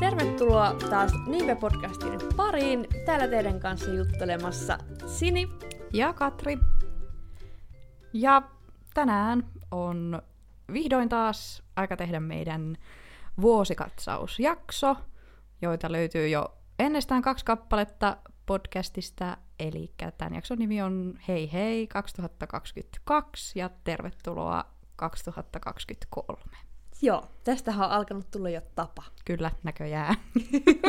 Tervetuloa taas Nimpe-podcastin pariin. Täällä teidän kanssa juttelemassa Sini. ja Katri. Ja tänään on vihdoin taas aika tehdä meidän vuosikatsausjakso, joita löytyy jo ennestään kaksi kappaletta podcastista. Eli tämän jakson nimi on Hei hei 2022 ja tervetuloa 2023. Joo, tästähän on alkanut tulla jo tapa. Kyllä, näköjään.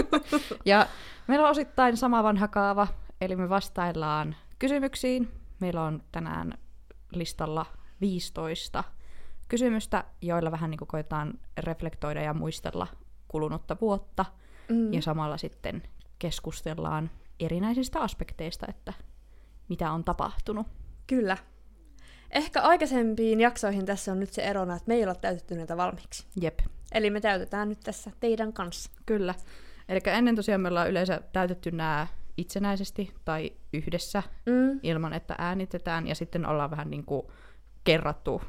ja meillä on osittain sama vanha kaava, eli me vastaillaan kysymyksiin. Meillä on tänään listalla 15 kysymystä, joilla vähän niin kuin koetaan reflektoida ja muistella kulunutta vuotta. Mm. Ja samalla sitten keskustellaan erinäisistä aspekteista, että mitä on tapahtunut. Kyllä. Ehkä aikaisempiin jaksoihin tässä on nyt se erona, että me ei olla täytetty näitä valmiiksi. Jep, Eli me täytetään nyt tässä teidän kanssa. Kyllä. Eli ennen tosiaan me ollaan yleensä täytetty nämä itsenäisesti tai yhdessä Mm. ilman, että äänitetään ja sitten ollaan vähän niin kuin kerrattu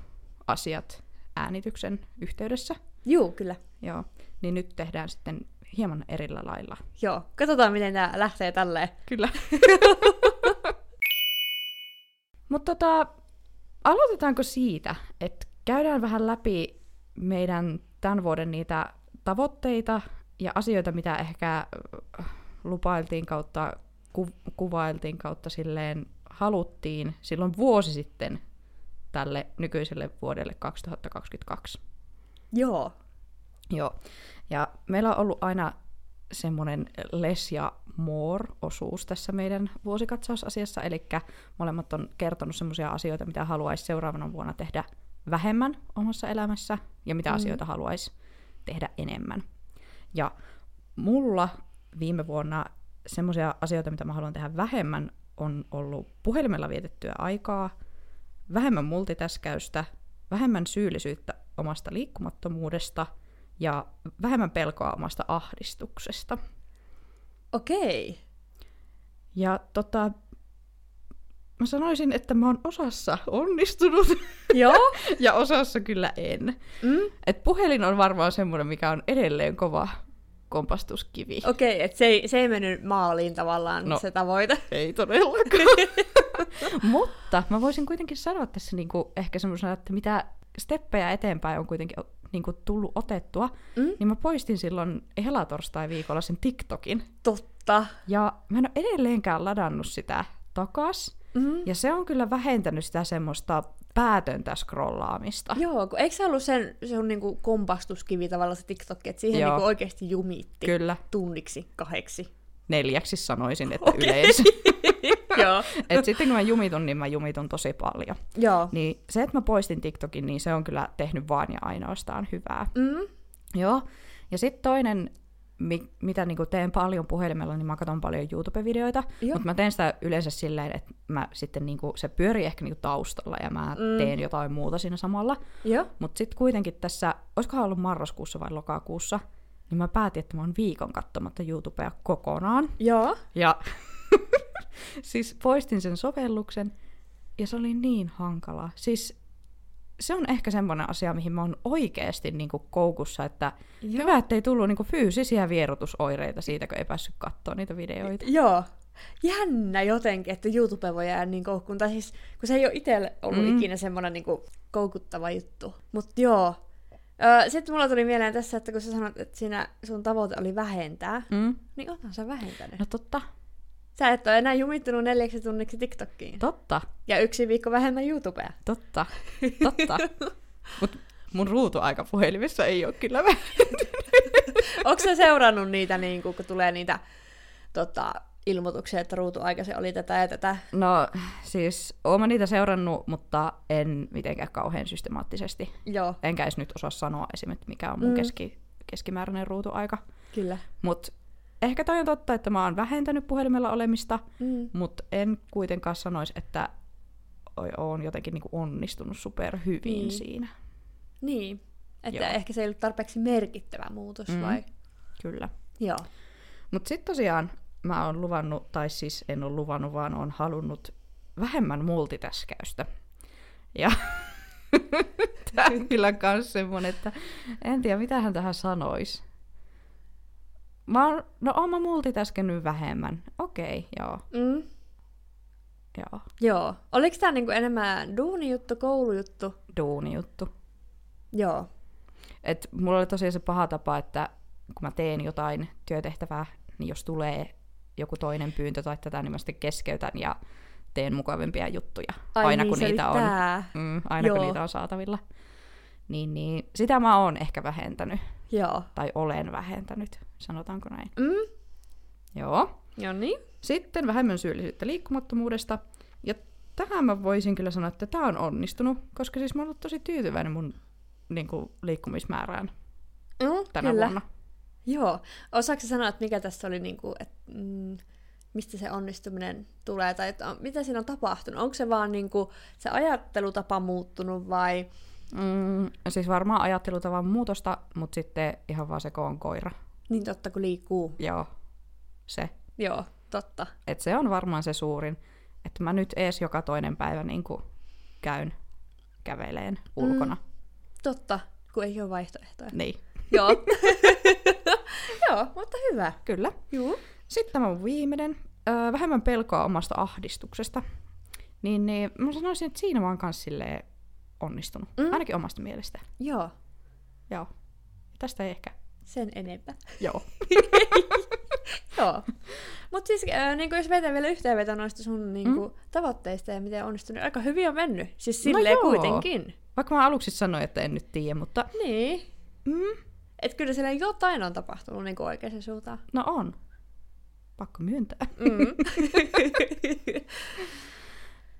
asiat äänityksen yhteydessä. Juu, kyllä. Joo. Niin nyt tehdään sitten hieman erillä lailla. Joo, katsotaan miten tämä lähtee tälleen. Kyllä. Mutta tota, aloitetaanko siitä, että käydään vähän läpi meidän tämän vuoden niitä tavoitteita ja asioita, mitä ehkä äh, lupailtiin kautta, ku, kuvailtiin kautta silleen haluttiin silloin vuosi sitten tälle nykyiselle vuodelle 2022. Joo. Joo. Ja meillä on ollut aina semmoinen less ja more-osuus tässä meidän vuosikatsausasiassa, eli molemmat on kertonut semmoisia asioita, mitä haluaisi seuraavana vuonna tehdä vähemmän omassa elämässä, ja mitä Mm. mm. asioita haluaisi tehdä enemmän. Ja mulla viime vuonna semmoisia asioita, mitä mä haluan tehdä vähemmän, on ollut puhelimella vietettyä aikaa, vähemmän multitäskäystä, vähemmän syyllisyyttä omasta liikkumattomuudesta ja vähemmän pelkoa omasta ahdistuksesta. Okei. Ja tota, mä sanoisin, että mä oon osassa onnistunut Joo. ja osassa kyllä en. Mm. Et puhelin on varmaan semmoinen, mikä on edelleen kova kompastuskivi. Okei, okay, että se, ei- se ei mennyt maaliin tavallaan no. No. se tavoite. Ei todellakaan. Mutta mä voisin kuitenkin sanoa tässä niinku ehkä semmoisena, että mitä steppejä eteenpäin on kuitenkin o- niinku tullut otettua, Mm. niin mä poistin silloin helatorstai viikolla sen TikTokin. Totta. Ja mä en ole edelleenkään ladannut sitä takas. Mm. Ja se on kyllä vähentänyt sitä semmoista päätöntä scrollaamista. Joo, kun eikö se ollut sen, se on niinku kompastuskivi tavallaan se TikTok, että siihen Joo. niinku oikeasti jumitti Kyllä. Kyllä, tunniksi kahdeksi. neljäksi sanoisin, että Okei. okay. yleensä. Joo. Et sitten kun mä jumitun, niin mä jumitun tosi paljon. Joo. Niin se, että mä poistin TikTokin, niin se on kyllä tehnyt vaan ja ainoastaan hyvää. Mm. Joo. Ja sitten toinen, mi- mitä niinku teen paljon puhelimella, niin mä katson paljon YouTube-videoita. Joo. Mutta mä teen sitä yleensä silleen, että mä sitten niinku, se pyörii ehkä niinku taustalla ja mä Mm. mm. teen jotain muuta siinä samalla. Joo. Mutta sitten kuitenkin tässä, olisikohan ollut marraskuussa vai lokakuussa, niin mä päätin, että mä oon viikon katsomatta YouTubea kokonaan. Joo. Ja siis poistin sen sovelluksen ja se oli niin hankalaa. Siis se on ehkä semmoinen asia, mihin mä oon oikeasti niinku koukussa, että Joo. hyvä, ettei tullut niinku fyysisiä vierotusoireita siitä, kun ei päässyt katsoa niitä videoita. Joo. Jännä jotenkin, että YouTube voi jäädä niin koukkuun. Tai siis, kun se ei ole itselle ollut mm. Mm. ikinä semmoinen niin koukuttava juttu. Mutta joo. Öö, Sitten mulla tuli mieleen tässä, että kun sä sanoit, että siinä sun tavoite oli vähentää, Mm. niin onhan sä vähentänyt. No totta, Sä et ole enää jumittunut neljäksi tunniksi TikTokiin. totta, Ja yksi viikko vähemmän YouTubea. totta, totta. Mut mun ruutuaika puhelimessa ei ole kyllä vähän. Onko sä seurannut niitä, niin kun, kun tulee niitä tota, ilmoituksia, että ruutuaika se oli tätä ja tätä? No siis, oon mä niitä seurannut, mutta en mitenkään kauhean systemaattisesti. Joo, enkä edes nyt osaa sanoa esimerkiksi, mikä on mun Mm. mm. keski, keskimääräinen ruutuaika. kyllä. Mutta ehkä toi on totta, että mä oon vähentänyt puhelimella olemista, Mm. mutta en kuitenkaan sanoisi, että o- oon jotenkin niinku onnistunut superhyvin Niin. mm. siinä. Niin, että Joo. ehkä se ei ollut tarpeeksi merkittävä muutos mm. Mm. vai? Kyllä. Joo. Mutta sitten tosiaan mä oon luvannut, tai siis en ole luvannut, vaan oon halunnut vähemmän multitäskäystä. Ja tää on kyllä kans semmonen, että en tiedä mitähän tähän sanois. Mä oon, no oon mä multitaskennyt vähemmän. Okei, okay, joo, Mm. joo. Joo. Oliko tämä niinku enemmän duunijuttu, koulujuttu? Duuni juttu. Joo. Et mulla oli tosiaan se paha tapa, että kun mä teen jotain työtehtävää, niin jos tulee joku toinen pyyntö tai tätä, niin mä sitten keskeytän ja teen mukavampia juttuja. aina niin, kun se oli niitä on. tää. Mm, aina Joo. kun niitä on saatavilla. Niin, niin sitä mä oon ehkä vähentänyt, Joo. tai olen vähentänyt, sanotaanko näin. Mm. Joo. Joo niin. Sitten vähemmän syyllisyyttä liikkumattomuudesta. Ja tähän mä voisin kyllä sanoa, että tämä on onnistunut, koska siis mä oon ollut tosi tyytyväinen mun niin kuin, liikkumismäärään Mm, tänä kyllä. vuonna. Joo. Osaatko sä sanoa, että mikä tässä oli, niinku, että mm, mistä se onnistuminen tulee, tai että on, mitä siinä on tapahtunut? Onko se vaan niinku, se ajattelutapa muuttunut vai... Mm, siis varmaan ajattelutavan muutosta, mutta sitten ihan vaan se koon koira. Niin totta, kun liikkuu. Joo, se. Joo, totta. Et se on varmaan se suurin, että mä nyt ees joka toinen päivä niin käyn käveleen ulkona. Totta, kun ei ole vaihtoehtoja. Mm. Niin, Joo. Joo, mutta hyvä. kyllä. Joo. Sitten tämä on viimeinen. Öö, vähemmän pelkoa omasta ahdistuksesta. Niin, niin mä sanoisin, että siinä mä oon kans silleen onnistunut. Mm. Mm. Ainakin omasta mielestä. Joo, Joo. Tästä ei ehkä. sen enempää. Joo. Joo. Mutta siis äh, niinku jos vetää vielä yhteenveto noista sun niinku, mm. tavoitteista ja miten onnistunut, aika hyvin on mennyt. Siis No silleen no joo. kuitenkin. Vaikka mä aluksi sanoin, että en nyt tiedä, mutta Niin. mm, Et kyllä siellä jotain on tapahtunut niinku oikeaan suuntaan. no on. Pakko myöntää. Mm.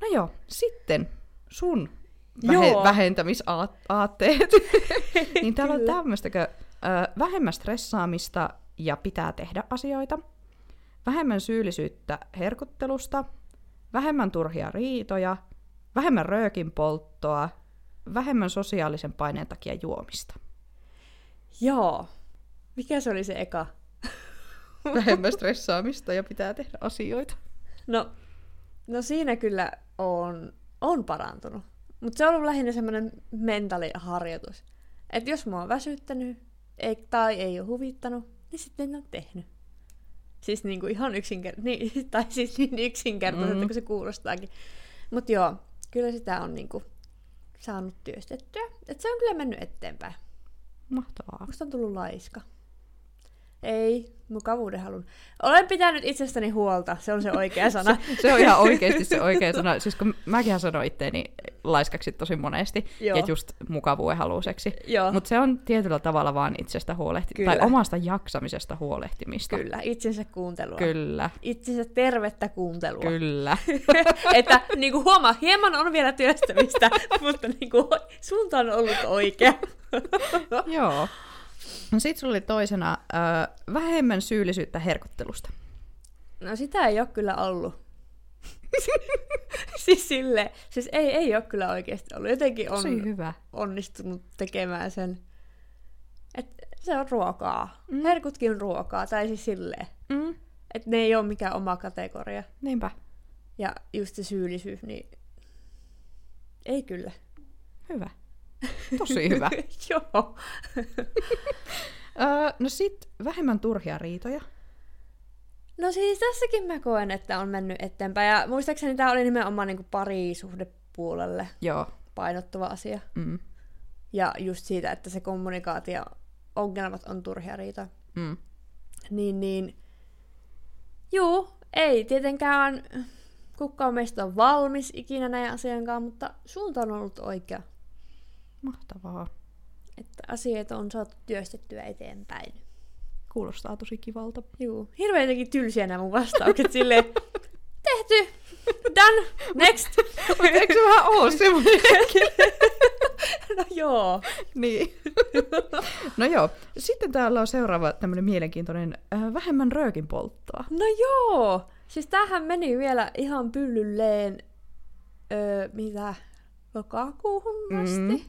No joo, sitten sun Joo. vähe- vähentämisaatteet. niin täällä on Kyllä. tämmöistäkö, ö, vähemmän stressaamista ja pitää tehdä asioita, vähemmän syyllisyyttä herkuttelusta, vähemmän turhia riitoja, vähemmän röökin polttoa, vähemmän sosiaalisen paineen takia juomista. Joo. Mikä se oli se eka? Vähemmän stressaamista ja pitää tehdä asioita. No, no siinä kyllä on, on parantunut. Mutta se on ollut lähinnä semmoinen mentaaliharjoitus. Että jos mua on väsyttänyt ei, tai ei ole huvittanut, niin sitten en ole tehnyt. Siis niinku ihan yksinkertainen, niin, tai siis niin yksinkertaisesti mm. Mm. kuin se kuulostaakin. Mutta joo, kyllä sitä on niinku saanut työstettyä. Et se on kyllä mennyt eteenpäin. Mahtavaa. Musta on tullut laiska. Ei, mukavuuden halun. Olen pitänyt itsestäni huolta, se on se oikea sana. Se on ihan oikeasti se oikea sana. Siis kun mäkin sanoin itteeni laiskaksi tosi monesti Joo. ja just mukavuudenhaluiseksi. Joo, Mutta se on tietyllä tavalla vaan itsestä huolehtimista. Kyllä. Tai omasta jaksamisesta huolehtimista. kyllä, itsensä kuuntelua. Kyllä. Itsensä tervettä kuuntelua. Kyllä. että niin kuin huomaa, hieman on vielä työstämistä, mutta niin kuin, suunta on ollut oikea. Joo. No sit sulla oli toisena ö, vähemmän syyllisyyttä herkuttelusta. No sitä ei ole kyllä ollut. siis sille, siis ei, ei ole kyllä oikeasti ollut. Jotenkin on Tosi hyvä. onnistunut tekemään sen. Et se on ruokaa. Mm. Herkutkin on ruokaa, tai siis silleen. Mm, Että ne ei ole mikään oma kategoria. niinpä. Ja just se syyllisyys, niin ei kyllä. Hyvä. Tosi hyvä. Joo. Öö, no sit vähemmän turhia riitoja. No siis tässäkin mä koen, että on mennyt eteenpäin. Ja muistaakseni tämä oli nimenomaan niinku parisuhdepuolelle Joo. painottuva asia. Mm. Ja just siitä, että se kommunikaatio, ongelmat on turhia riita. Mm. Niin, niin. Juu, ei tietenkään kukaan meistä on valmis ikinä näin asiankaan, mutta suunta on ollut oikea. Mahtavaa. Että asioita on saatu työstettyä eteenpäin. Kuulostaa tosi kivalta. Juu, hirveän jotenkin tylsiä nämä mun vastaukset silleen, tehty, done, next. Mutta eikö se vähän oo semmoinen? No joo. niin. no joo. Sitten täällä on seuraava tämmöinen mielenkiintoinen ö, vähemmän röökin polttoa. No joo. Siis tämähän meni vielä ihan pyllylleen, öö, mitä, lokakuuhun asti? Mm.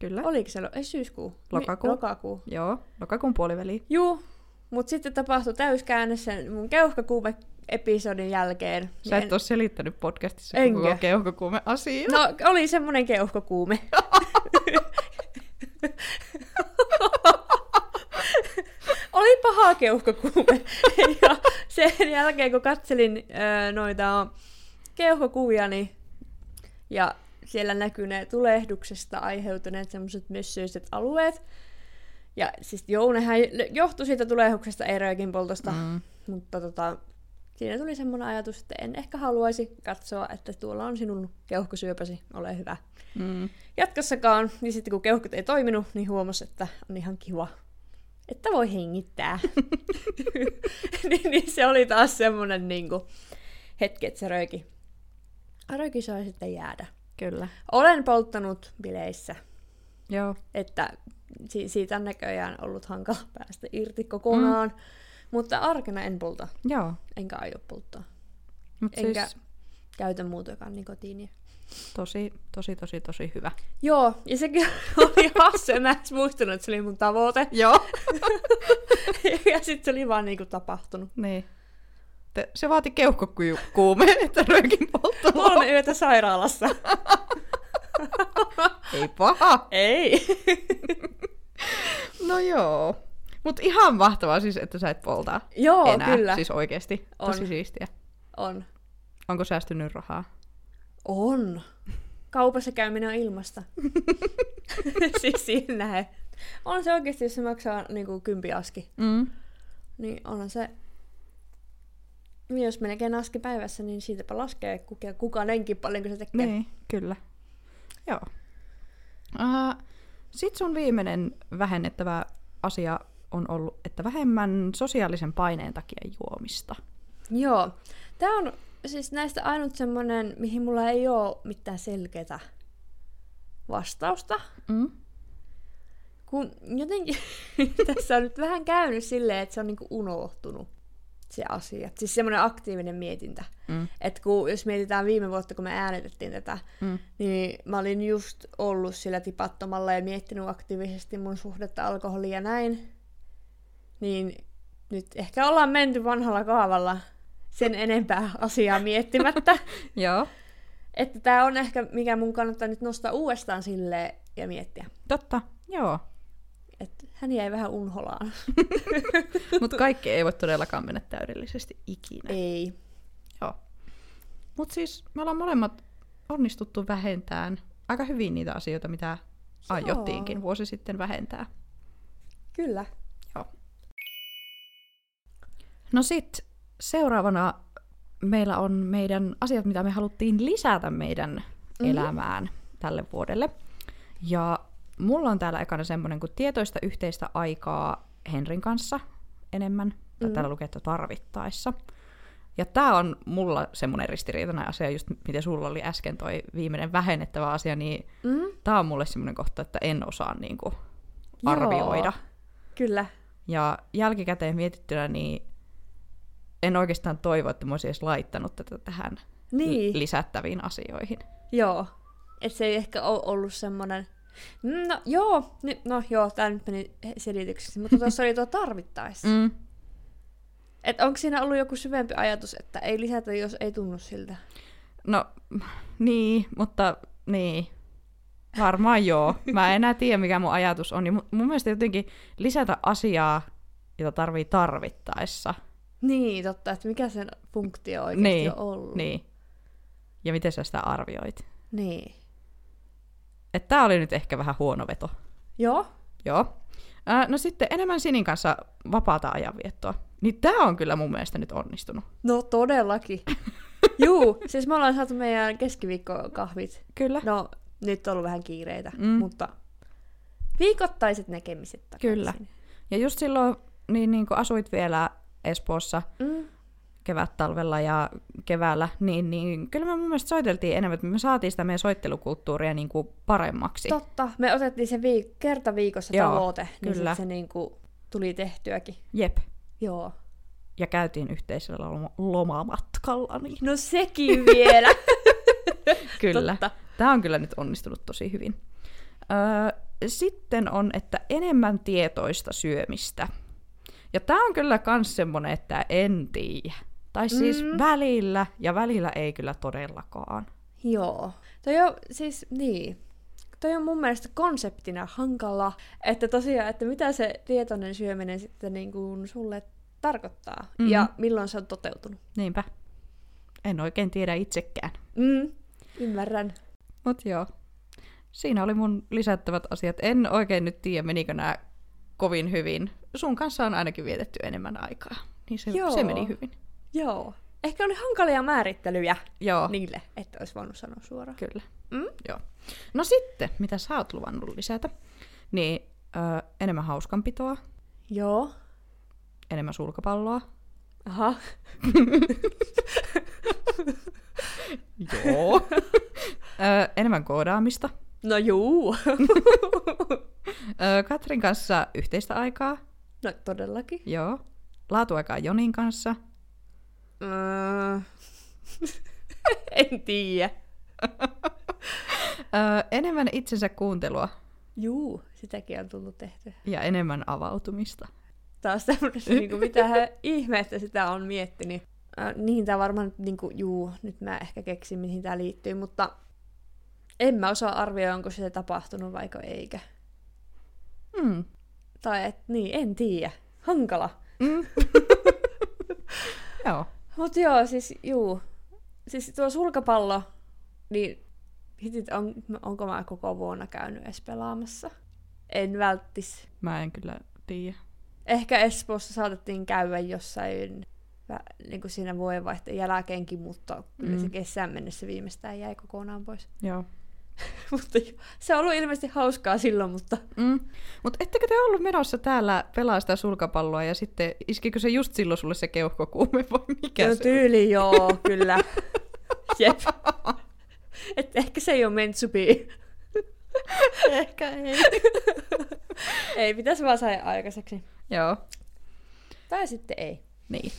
Kyllä. Oliko se, lo- ei syyskuu? Mi- Lokakuu. lokakuu. Joo, lokakuun puoliväli. Juu. Mut sitten tapahtui täyskäänne sen mun keuhkakuume-episodin jälkeen. Niin Sä En- et ole selittänyt podcastissa Enkö? koko keuhkokuume asia. No, oli semmonen keuhkokuume. oli paha keuhkokuume. ja sen jälkeen, kun katselin öö, noita keuhkokuvia, niin, ja siellä näkyy ne tulehduksesta aiheutuneet semmoiset myssyiset alueet. Ja siis joo, nehän johtui siitä tulehduksesta erojakin poltosta, mm. Mm. mutta tota, siinä tuli semmoinen ajatus, että en ehkä haluaisi katsoa, että tuolla on sinun keuhkosyöpäsi, ole hyvä Mm. jatkossakaan. Ja sitten kun keuhkot ei toiminut, niin huomasi, että on ihan kiva, että voi hengittää. niin, niin se oli taas semmoinen niin kuin, hetki, että se rööki. Rööki sai sitten jäädä. Kyllä. Olen polttanut bileissä, Joo. että si- siitä on näköjään ollut hankala päästä irti kokonaan. Mm. Mutta arkena en polta, Joo. enkä aio polttaa. Mut Enkä- siis Käytän muutakaan nikotiinia. tosi, tosi, tosi, tosi hyvä. Joo, ja sekin oli hassu. Mä en edes muistanut, että se oli mun tavoite. Joo. ja sitten se oli vaan niinku tapahtunut. Niin. Te- Se vaati keuhkokuumeen, että röökin polttoa. Kolme yötä sairaalassa. Ei paha. Ei. No joo. Mut ihan mahtavaa siis, että sä et polta Joo, enää. kyllä. Siis oikeesti. On. Tosi siistiä. On. Onko säästynyt rahaa? On. Kaupassa käyminen on ilmasta. siis siinä näin. On se oikeasti, jos se maksaa niinku kympi aski. Mm. Niin onhan se... Niin Jos melkein aski päivässä, niin siitäpä laskee kuka, kuka nenkin paljonko se tekee. Niin, kyllä. Joo. Uh, Sitten sun viimeinen vähennettävä asia on ollut, että vähemmän sosiaalisen paineen takia juomista. Joo. Tämä on siis näistä ainut semmonen, mihin mulla ei ole mitään selkeää vastausta. Mm. Kun jotenkin tässä on nyt vähän käynyt silleen, että se on niinku unohtunut se asia. Siis semmoinen aktiivinen mietintä. Mm. Et kun, jos mietitään viime vuotta, kun me äänetettiin tätä, Mm. niin mä olin just ollut sillä tipattomalla ja miettinyt aktiivisesti mun suhdetta alkoholiin ja näin. Niin nyt ehkä ollaan menty vanhalla kaavalla sen enempää asiaa miettimättä. Joo. että tämä on ehkä, mikä mun kannattaa nyt nostaa uudestaan silleen ja miettiä. Totta, joo. Että hän jäi vähän unholaan. Mutta kaikki ei voi todellakaan mennä täydellisesti ikinä. Ei. Joo. Mutta siis me ollaan molemmat onnistuttu vähentämään aika hyvin niitä asioita, mitä aiottiinkin vuosi sitten vähentää. Kyllä. No sit seuraavana meillä on meidän asiat, mitä me haluttiin lisätä meidän mm-hmm. elämään tälle vuodelle. Ja mulla on täällä ekana semmoinen kuin tietoista yhteistä aikaa Henrin kanssa enemmän. Tai Mm. täällä lukee, että tarvittaessa. Ja tämä on mulla semmoinen ristiriitainen asia, just miten sulla oli äsken toi viimeinen vähennettävä asia, niin Mm? tämä on mulle semmoinen kohta, että en osaa niinku arvioida. Kyllä. Ja jälkikäteen mietittynä, niin en oikeastaan toivo, että mä olisin edes laittanut tätä tähän Niin. l- lisättäviin asioihin. Joo. Et se ei ehkä ole ollut semmoinen... Mm, No joo, Ni- no joo, tää nyt meni selitykseksi, mutta tuossa oli tuo tarvittaessa. Mm. Et onko siinä ollut joku syvempi ajatus, että ei lisätä, jos ei tunnu siltä? No, niin, mutta niin. Varmaan joo. Mä en enää tiedä, mikä mun ajatus on. Ja mun, mun mielestä jotenkin lisätä asiaa, jota tarvii tarvittaessa. Niin, totta, että mikä sen funktio oikeasti Niin, on ollut. Niin. Ja miten sä sitä arvioit? niin. Että tää oli nyt ehkä vähän huono veto. Joo, Joo. Ää, No sitten enemmän Sinin kanssa vapaata ajanviettoa. Niin tää on kyllä mun mielestä nyt onnistunut. no todellakin. Juu, siis me ollaan saatu meidän keskiviikkokahvit. Kyllä. No. No, nyt on ollut vähän kiireitä, Mm. mm. mutta viikoittaiset näkemiset takaisin. Kyllä. Ja just silloin niin, niin kun asuit vielä Espoossa Mm. kevät-talvella ja keväällä, niin, niin kyllä me mun mielestä soiteltiin enemmän, että me saatiin sitä meidän soittelukulttuuria niin kuin paremmaksi. Totta, me otettiin se viik- kerta viikossa Joo, Joo, tavoite, niin kyllä. kyllä. se niinku tuli tehtyäkin. Jep. Joo. Ja käytiin yhteisellä loma- lomamatkalla. Niin. No sekin vielä. Kyllä. Totta. Tämä on kyllä nyt onnistunut tosi hyvin. Öö, sitten on, että enemmän tietoista syömistä. Ja tämä on kyllä myös semmoinen, että en tiedä. Tai siis mm. Mm. välillä, ja välillä ei kyllä todellakaan. Joo. Toi on siis, niin. Toi toi on mun mielestä konseptina hankala, että tosiaan, että mitä se tietoinen syöminen sitten niin kuin sulle tarkoittaa Mhm. mm-hmm. ja milloin se on toteutunut. Niinpä. En oikein tiedä itsekään. Mm, ymmärrän. Mut joo. Siinä oli mun lisättävät asiat. En oikein nyt tiedä, menikö nämä kovin hyvin. Sun kanssa on ainakin vietetty enemmän aikaa. Niin se, Joo. se meni hyvin. Joo. Ehkä oli hankalia määrittelyjä Joo, niin. niille, että olisi voinut sanoa suoraan. kyllä. Mm? Joo. No sitten, mitä sä oot luvannut lisätä? Niin ö, enemmän hauskanpitoa, Joo. enemmän sulkapalloa. Aha. Joo. ö, enemmän koodaamista. No juu. Ö, Katrin kanssa yhteistä aikaa. No todellakin. Joo. Laatuaikaa Jonin kanssa. Mm. en tiedä. Ö, enemmän itsensä kuuntelua Juu, sitäkin on tullut tehtyä. ja enemmän avautumista. Taas tämmöinen, niin kuin, mitähän ihmettä sitä on miettinyt. Äh, niin, tämä varmaan, niin kuin, juu, nyt mä ehkä keksin, mihin tämä liittyy, mutta en mä osaa arvioida, onko se tapahtunut vaiko eikä. Mm. Tai et, niin, en tiedä. Hankala. Mm. Joo. Mut joo, siis juu. Siis tuo sulkapallo, niin hitit, on, onko mä koko vuonna käynyt edes pelaamassa? En välttis. Mä en kyllä tiedä. Ehkä Espoossa saatettiin käydä jossain niin kuin siinä vuodenvaihteen jälkeenkin, mutta kyllä se Mm. kesään mennessä viimeistään jäi kokonaan pois. Joo. mutta joo, se on ollut ilmeisesti hauskaa silloin, mutta Mm. Mutta ettekö te ollut menossa täällä pelaa sitä sulkapalloa ja sitten iskikö se just silloin sulle se keuhkokuume vai mikä no, se oli? tyyli joo, kyllä. Jep. Et ehkä se ei ole meant to be. Ehkä ei. ei, pitäisi vaan saada aikaiseksi. Joo. Tai sitten ei. Niin.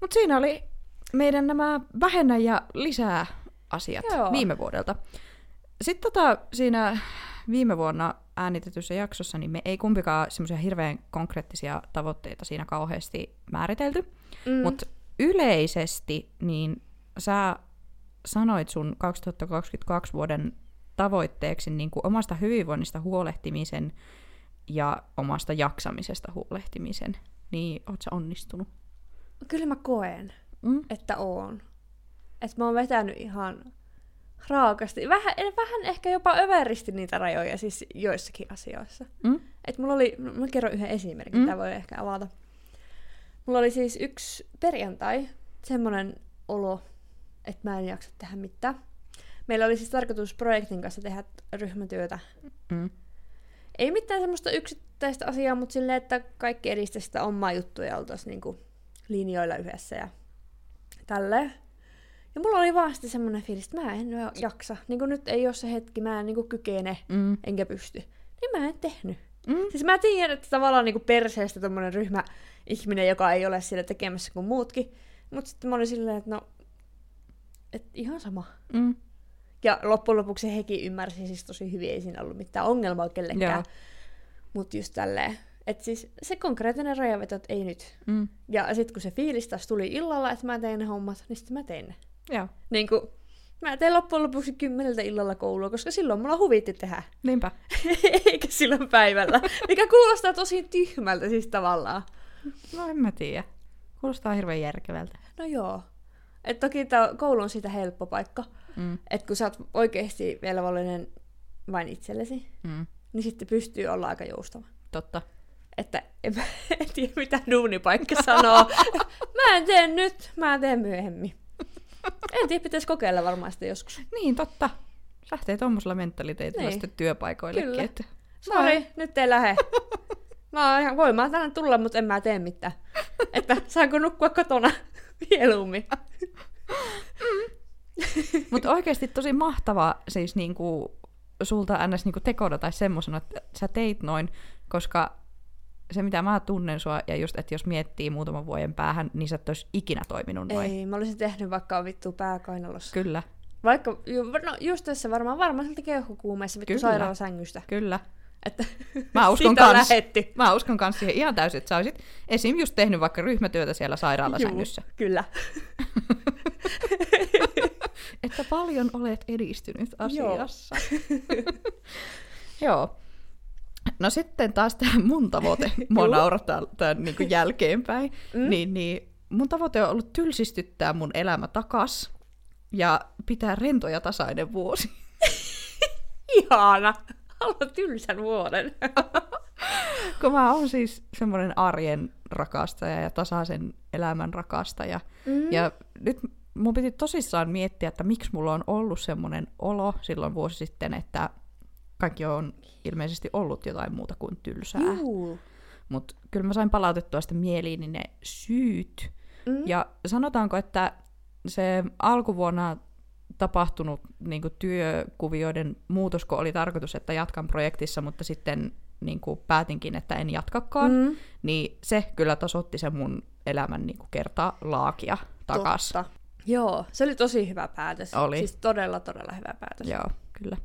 Mutta siinä oli meidän nämä vähennä ja lisää asiat Joo. Joo. viime vuodelta. Sitten tota, siinä viime vuonna äänitetyssä jaksossa, niin me ei kumpikaan semmoisia hirveän konkreettisia tavoitteita siinä kauheasti määritelty. Mm. Mm. Mutta yleisesti, niin sä sanoit sun 2022 vuoden tavoitteeksi niin kuin omasta hyvinvoinnista huolehtimisen ja omasta jaksamisesta huolehtimisen. Niin, oot sä onnistunut? Kyllä mä koen, Mm. että oon. Että mä oon vetänyt ihan raakasti. Vähän, vähän ehkä jopa överisti niitä rajoja siis joissakin asioissa. Mm? Et mulla oli, no, mä kerron yhden esimerkin, Mm. mm. tämä voi ehkä avata. Mulla oli siis yksi perjantai, semmonen olo, että mä en jaksa tehdä mitään. Meillä oli siis tarkoitus projektin kanssa tehdä ryhmätyötä. Mm. Ei mitään semmoista yksittäistä asiaa, mutta silleen, että kaikki edistäisi sitä omaa juttua ja oltaisiin niinku linjoilla yhdessä ja tälleen. Ja mulla oli vaan sitten semmoinen fiilis, että mä en jaksa. Niin nyt ei ole se hetki, mä en niin kykene, Mm. enkä pysty. Niin mä en tehnyt. Mm. Siis mä tiedän, että tavallaan niinku perseestä tommonen ryhmä ihminen, joka ei ole siellä tekemässä kuin muutkin. Mutta sitten mä olin silleen, että no, et ihan sama. Mm. Ja loppujen lopuksi hekin ymmärsi siis tosi hyvin, ei siinä ollut mitään ongelmaa Joo. kellekään. Mutta just tälleen. Että siis se konkreettinen rajanveto, että ei nyt. Mm. Ja sitten kun se fiilis taas tuli illalla, että mä tein ne hommat, niin sitten mä tein ne. Joo. Niin kun, mä tein loppujen lopuksi kymmeneltä illalla koulua, koska silloin mulla huvitti tehdä. Niinpä. Eikä silloin päivällä. Mikä kuulostaa tosi tyhmältä siis tavallaan. No en mä tiedä. Kuulostaa hirveän järkevältä. No joo. Et toki tää koulu on siitä helppo paikka. Mm. Että kun sä oot oikeesti velvollinen vain itsellesi, Mm. niin sitten pystyy olla aika joustava. Totta. Että en, mä, en tiedä mitä duunipaikka sanoo. mä en tee nyt, mä teen myöhemmin. En tiedä, pitäisi kokeilla varmaan sitä joskus. Niin, totta. Lähtee tuommoisella mentaliteetillä Niin. sitten työpaikoillekin. Kyllä. Että... Sori, nyt ei lähe. Mä oon ihan, voi mä tänne tulla, mutta en mä tee mitään. Että saanko nukkua kotona mieluummin. Mutta oikeasti tosi mahtava siis niinku, sulta ns. Niinku tekona tai semmoisena, että sä teit noin, koska se mitä mä tunnen sua, ja just, että jos miettii muutaman vuoden päähän, niin sä et olisi ikinä toiminut noin. Ei, mä olisin tehnyt vaikka vittu pääkainalossa. Kyllä, Vaikka, ju, no just tässä varmaan, varmaan siltä keuhkokuumeessa vittu Kyllä. sairaalasängystä. kyllä. Että Mä uskon siitä on kans. lähetti. Mä uskon kanssa siihen ihan täysin, että sä olisit esim. just tehnyt vaikka ryhmätyötä siellä sairaalasängyssä. Juu, Kyllä. Että paljon olet edistynyt asiassa. Joo. No sitten taas tämä mun tavoite, mua Juu. naurattaa tämän niin kuin jälkeenpäin, Mm. mm. niin, niin mun tavoite on ollut tylsistyttää mun elämä takas ja pitää rento ja tasainen vuosi. Ihana! Haluan tylsän vuoden. Kun mä oon siis semmoinen arjen rakastaja ja tasaisen elämän rakastaja. Mm. Ja nyt mun piti tosissaan miettiä, että miksi mulla on ollut semmoinen olo silloin vuosi sitten, että kaikki on ilmeisesti ollut jotain muuta kuin tylsää. Juu. Mutta kyllä mä sain palautettua sitä mieliin niin ne syyt. Mm. Ja sanotaanko, että se alkuvuonna tapahtunut niin työkuvioiden muutos, kun oli tarkoitus, että jatkan projektissa, mutta sitten niin päätinkin, että en jatkakaan, mm. Mm. niin se kyllä tasotti sen mun elämän niin kertaa laakia takas. Totta. Joo, se oli tosi hyvä päätös. Oli. Siis todella, todella hyvä päätös. Joo, kyllä.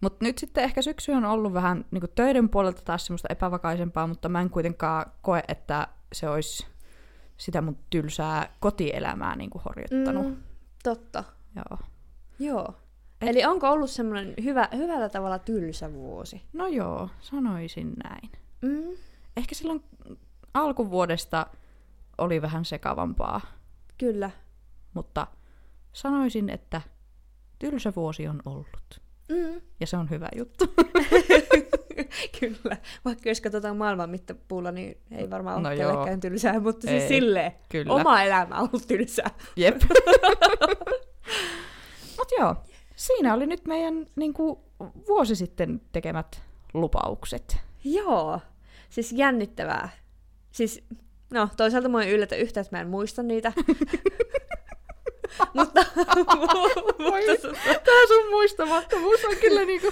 Mutta nyt sitten ehkä syksy on ollut vähän niin töiden puolelta taas semmoista epävakaisempaa, mutta mä en kuitenkaan koe, että se olisi sitä mun tylsää kotielämää niin horjuttanut. Mm. Mm, totta. Joo. Joo. Eh. Eli onko ollut semmoinen hyvä, hyvällä tavalla tylsä vuosi? No joo, sanoisin näin. Mm. Ehkä silloin alkuvuodesta oli vähän sekavampaa, Kyllä. mutta sanoisin, että tylsä vuosi on ollut. Mm. Ja se on hyvä juttu. Kyllä. Vaikka jos katsotaan maailman mittapuulla, niin ei varmaan ole No no joo. kellekään tylsää, mutta siis Ei. silleen. Kyllä. Oma elämä on ollut tylsää. Jep. Mut joo, siinä oli nyt meidän niin kuin, vuosi sitten tekemät lupaukset. Joo. Siis jännittävää. Siis, no toisaalta mua ei yllätä yhtään, että mä en muista niitä. mutta, mutta, Tää sun muistamattomuus on kyllä niinku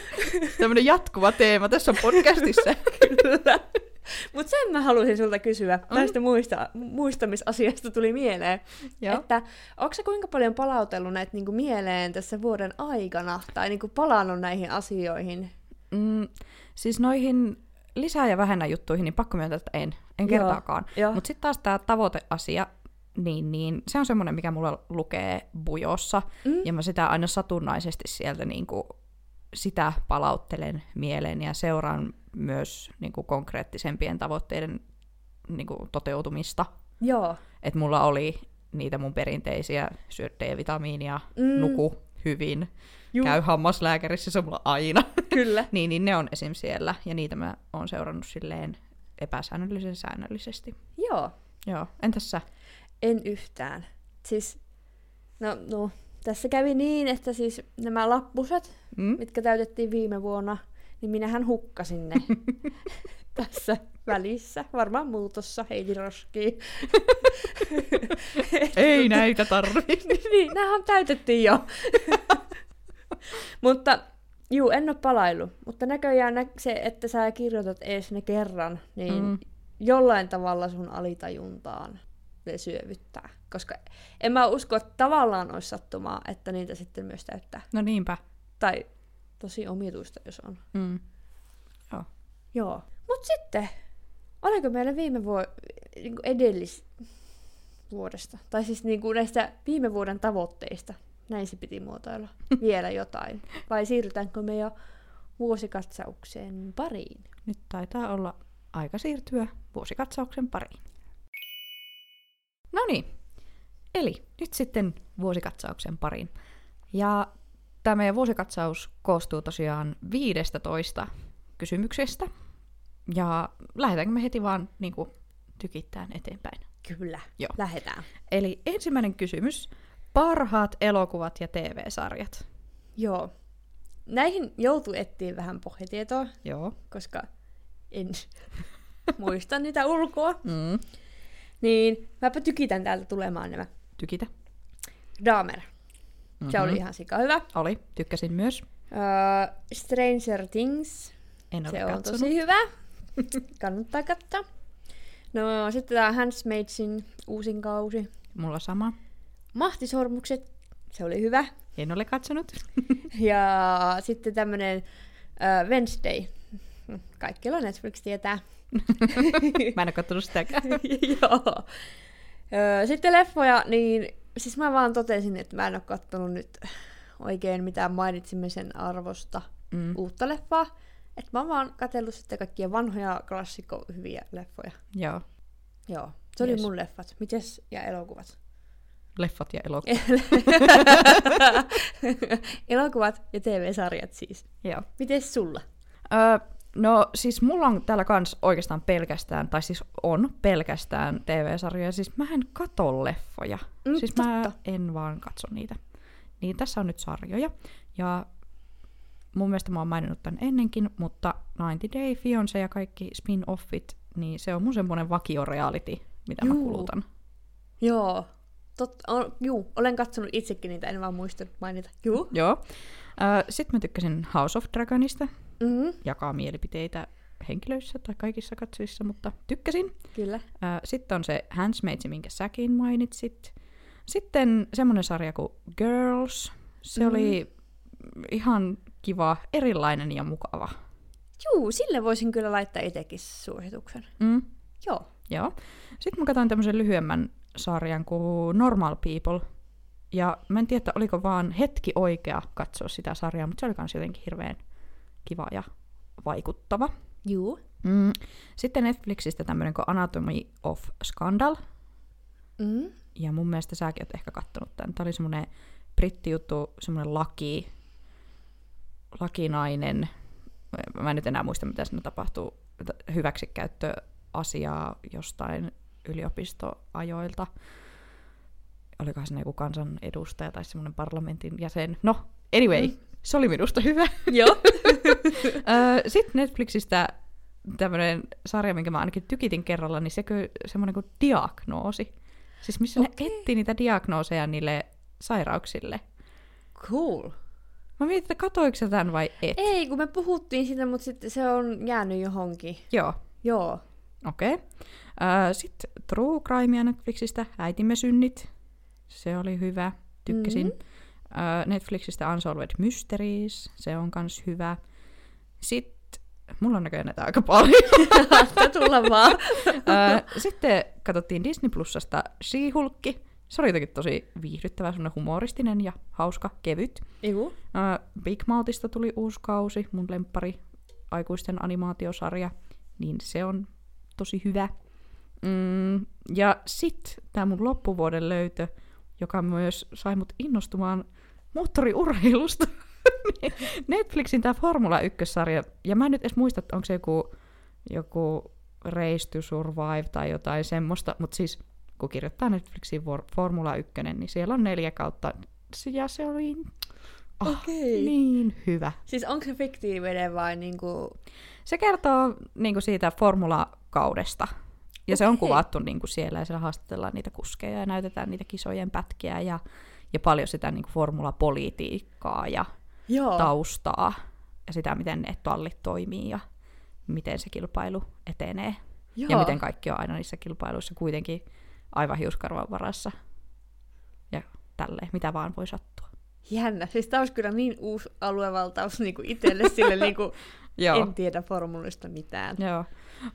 tämmönen jatkuva teema tässä podcastissa. Kyllä. Mutta sen mä halusin sulta kysyä. Mm. Tästä muista, muistamisasiasta tuli mieleen, Joo. että onko se kuinka paljon palautellut näitä niinku mieleen tässä vuoden aikana, tai niinku palannut näihin asioihin? Mm, siis noihin lisää ja vähennä juttuihin, niin pakko myöntää, että en. En Joo, kertaakaan. joo. Mutta sitten taas tämä tavoiteasia, niin, niin se on semmoinen, mikä mulla lukee bujossa. Mm. Mm. Ja mä sitä aina satunnaisesti sieltä niin kuin, sitä palauttelen mieleen ja seuraan myös niin kuin, konkreettisempien tavoitteiden niin kuin, toteutumista. Joo. Et mulla oli niitä mun perinteisiä, syö D-vitamiinia, Mm. mm. nuku hyvin, Juu. Juh. käy hammaslääkärissä, se on mulla aina. Kyllä. Niin, niin ne on esim. siellä, ja niitä mä oon seurannut silleen epäsäännöllisen säännöllisesti. Joo. Joo, entäs sä? En yhtään. Siis, no, no, tässä kävi niin, että siis nämä lappuset, Mm? mitkä täytettiin viime vuonna, niin minähän hukkasin ne tässä välissä. Varmaan muutossa, Heidi Roskiin. Ei näitä tarvi. niin, näähän täytettiin jo. mutta juu, en ole palailu. Mutta näköjään nä- se, että sä kirjoitat ees ne kerran, niin mm. Mm. jollain tavalla sun alitajuntaan ne syövyttää. Koska en mä usko, että tavallaan olisi sattumaa, että niitä sitten myös täyttää. No niinpä. Tai tosi omituista, jos on. Mm. Joo. Joo. Mut sitten, oliko meillä viime vuo... Niin edellis... vuodesta, tai siis niin kuin näistä viime vuoden tavoitteista, näin se piti muotoilla, vielä jotain? Vai siirrytäänkö me jo vuosikatsaukseen pariin? Nyt taitaa olla aika siirtyä vuosikatsauksen pariin. No niin, eli nyt sitten vuosikatsauksen pariin. Ja tämä meidän vuosikatsaus koostuu tosiaan 15 kysymyksestä. Ja lähdetäänkö me heti vaan niin kuin, tykittään eteenpäin. Kyllä, Joo. lähdetään. Eli ensimmäinen kysymys. Parhaat elokuvat ja TV-sarjat. Joo. Näihin joutuu etsiä vähän pohjatietoa, Joo. koska en muista niitä ulkoa. Mm. Niin mäpä tykitän täältä tulemaan nämä. Tykitä. Dahmer. Mm-hmm. Se oli ihan sika hyvä. Oli. Tykkäsin myös. Öö, Stranger Things. En ole se on katsonut. tosi hyvä. Kannattaa katsoa. No sitten tämä Handmaidsin uusin kausi. Mulla sama. Mahtisormukset. Se oli hyvä. En ole katsonut. Ja sitten tämmönen äh, Wednesday. Kaikilla Netflix tietää. Mä en ole katsonut sitäkään. Joo. Öö, Sitten leffoja, niin siis mä vaan totesin, että mä en ole kattonut nyt oikein mitään mainitsimme sen arvosta Mm. uutta leffaa. Et mä oon vaan katsellut sitten kaikkia vanhoja klassikko hyviä leffoja. Joo. Joo, se oli Yes. mun leffat. Mites ja elokuvat? Leffat ja elokuvat. Eh. elokuvat ja TV-sarjat siis. Joo. Mites sulla? Öö, no siis mulla on täällä kans oikeastaan pelkästään, tai siis on pelkästään TV-sarjoja. Siis mä en kato leffoja. Mm, siis mä totta. en vaan katso niitä. Niin tässä on nyt sarjoja. Ja mun mielestä mä oon maininnut tämän ennenkin, mutta 90 Day Fiance ja kaikki spin-offit, niin se on mun semmonen vakioreality, mitä Juu. Juu. mä kulutan. Joo. Tot, on, juu, olen katsonut itsekin niitä, en vaan muistanut mainita. Juu. Joo. Öö, Sitten mä tykkäsin House of Dragonista. Mm-hmm. Jakaa mielipiteitä henkilöissä tai kaikissa katsojissa, mutta tykkäsin. Kyllä. Ö, Sitten on se Handsmaid, minkä säkin mainitsit. Sitten semmoinen sarja kuin Girls. Se Mm. mm. oli ihan kiva, erilainen ja mukava. Juu, sille voisin kyllä laittaa itsekin suosituksen. Mm. Joo. Joo. Sitten mä katsoin tämmöisen lyhyemmän sarjan kuin Normal People. Ja mä en tiedä, että oliko vaan hetki oikea katsoa sitä sarjaa, mutta se oli myös jotenkin hirveän kiva ja vaikuttava. Juu. Mm. Sitten Netflixistä tämmöinen kuin Anatomy of Scandal. Mm. Ja mun mielestä säkin oot ehkä kattonut tämän. Tämä oli semmoinen brittijuttu, semmoinen laki, lakinainen, mä en nyt enää muista mitä siinä tapahtuu, t- hyväksikäyttöasiaa jostain yliopistoajoilta. Olikohan siinä joku kansan edustaja tai semmoinen parlamentin jäsen. No, anyway, Mm. mm. se oli minusta hyvä. Joo. Sitten Netflixistä tämmöinen sarja, minkä mä ainakin tykitin kerralla, niin se ky- semmoinen kuin diagnoosi. Siis missä okay. Okei. ne etsii niitä diagnooseja niille sairauksille. Cool. Mä mietin, että katoiko sä tämän vai et. Ei, kun me puhuttiin siitä, mutta sitten se on jäänyt johonkin. Joo, Joo. okei. Okay. Sitten True Crimea Netflixistä, Äitimme synnit. Se oli hyvä, tykkäsin. Mhm. Mm-hmm. Netflixistä Unsolved Mysteries, se on kans hyvä. Sitten, mulla on näköjään näitä aika paljon. Antaa tulla vaan. Ö, Sitten katsottiin Disney Plusasta She-Hulkki. Se oli jotenkin tosi viihdyttävä, semmoinen humoristinen ja hauska, kevyt. Juu. Ö, Big Mouthista tuli uusi kausi, mun lemppari aikuisten animaatiosarja, niin se on tosi hyvä. Mm, ja sit tää mun loppuvuoden löytö, joka myös sai mut innostumaan moottoriurheilusta. Netflixin tää Formula 1-sarja, ja mä en nyt edes muista, että onko se joku, joku Race to Survive tai jotain semmoista, mutta siis kun kirjoittaa Netflixiin vor- Formula 1, niin siellä on neljä kautta, ja se oli Ah, Okei. niin hyvä. Siis onko se fiktiivinen vai niinku... Se kertoo niin kuin siitä formulakaudesta. Ja okay. se on Okei. kuvattu niin kuin siellä ja siellä haastatellaan niitä kuskeja ja näytetään niitä kisojen pätkiä ja, ja paljon sitä niin kuin formulapolitiikkaa ja Joo. taustaa ja sitä, miten ne tallit toimii ja miten se kilpailu etenee. Joo. Ja miten kaikki on aina niissä kilpailuissa kuitenkin aivan hiuskarvan varassa. Ja tälleen, mitä vaan voi sattua. Jännä. Siis tää olisi kyllä niin uusi aluevaltaus niinku itselle sille niinku... en tiedä formulista mitään. Joo.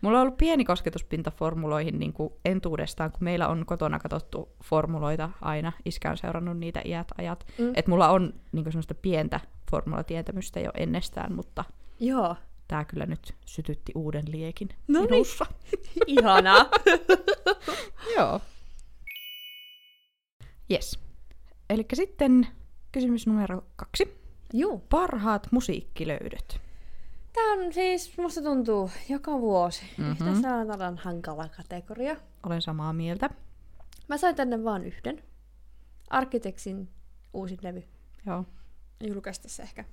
Mulla on ollut pieni kosketuspinta formuloihin niin kuin entuudestaan, kun meillä on kotona katsottu formuloita aina. Iskä on seurannut niitä iät ajat. Mm. Mm. Et mulla on niin kuin semmoista pientä formulatietämystä jo ennestään, mutta Joo. tämä kyllä nyt sytytti uuden liekin No niin. minussa. Ihanaa. Joo. Yes. Eli sitten kysymys numero kaksi. Juu. Parhaat musiikkilöydöt. Tää on siis, musta tuntuu, joka vuosi. Mm-hmm. Mhm. Tässä on tällainen hankala kategoria. Olen samaa mieltä. Mä sain tänne vaan yhden. Arkiteksin uusin levy. Joo. Julkaista se ehkä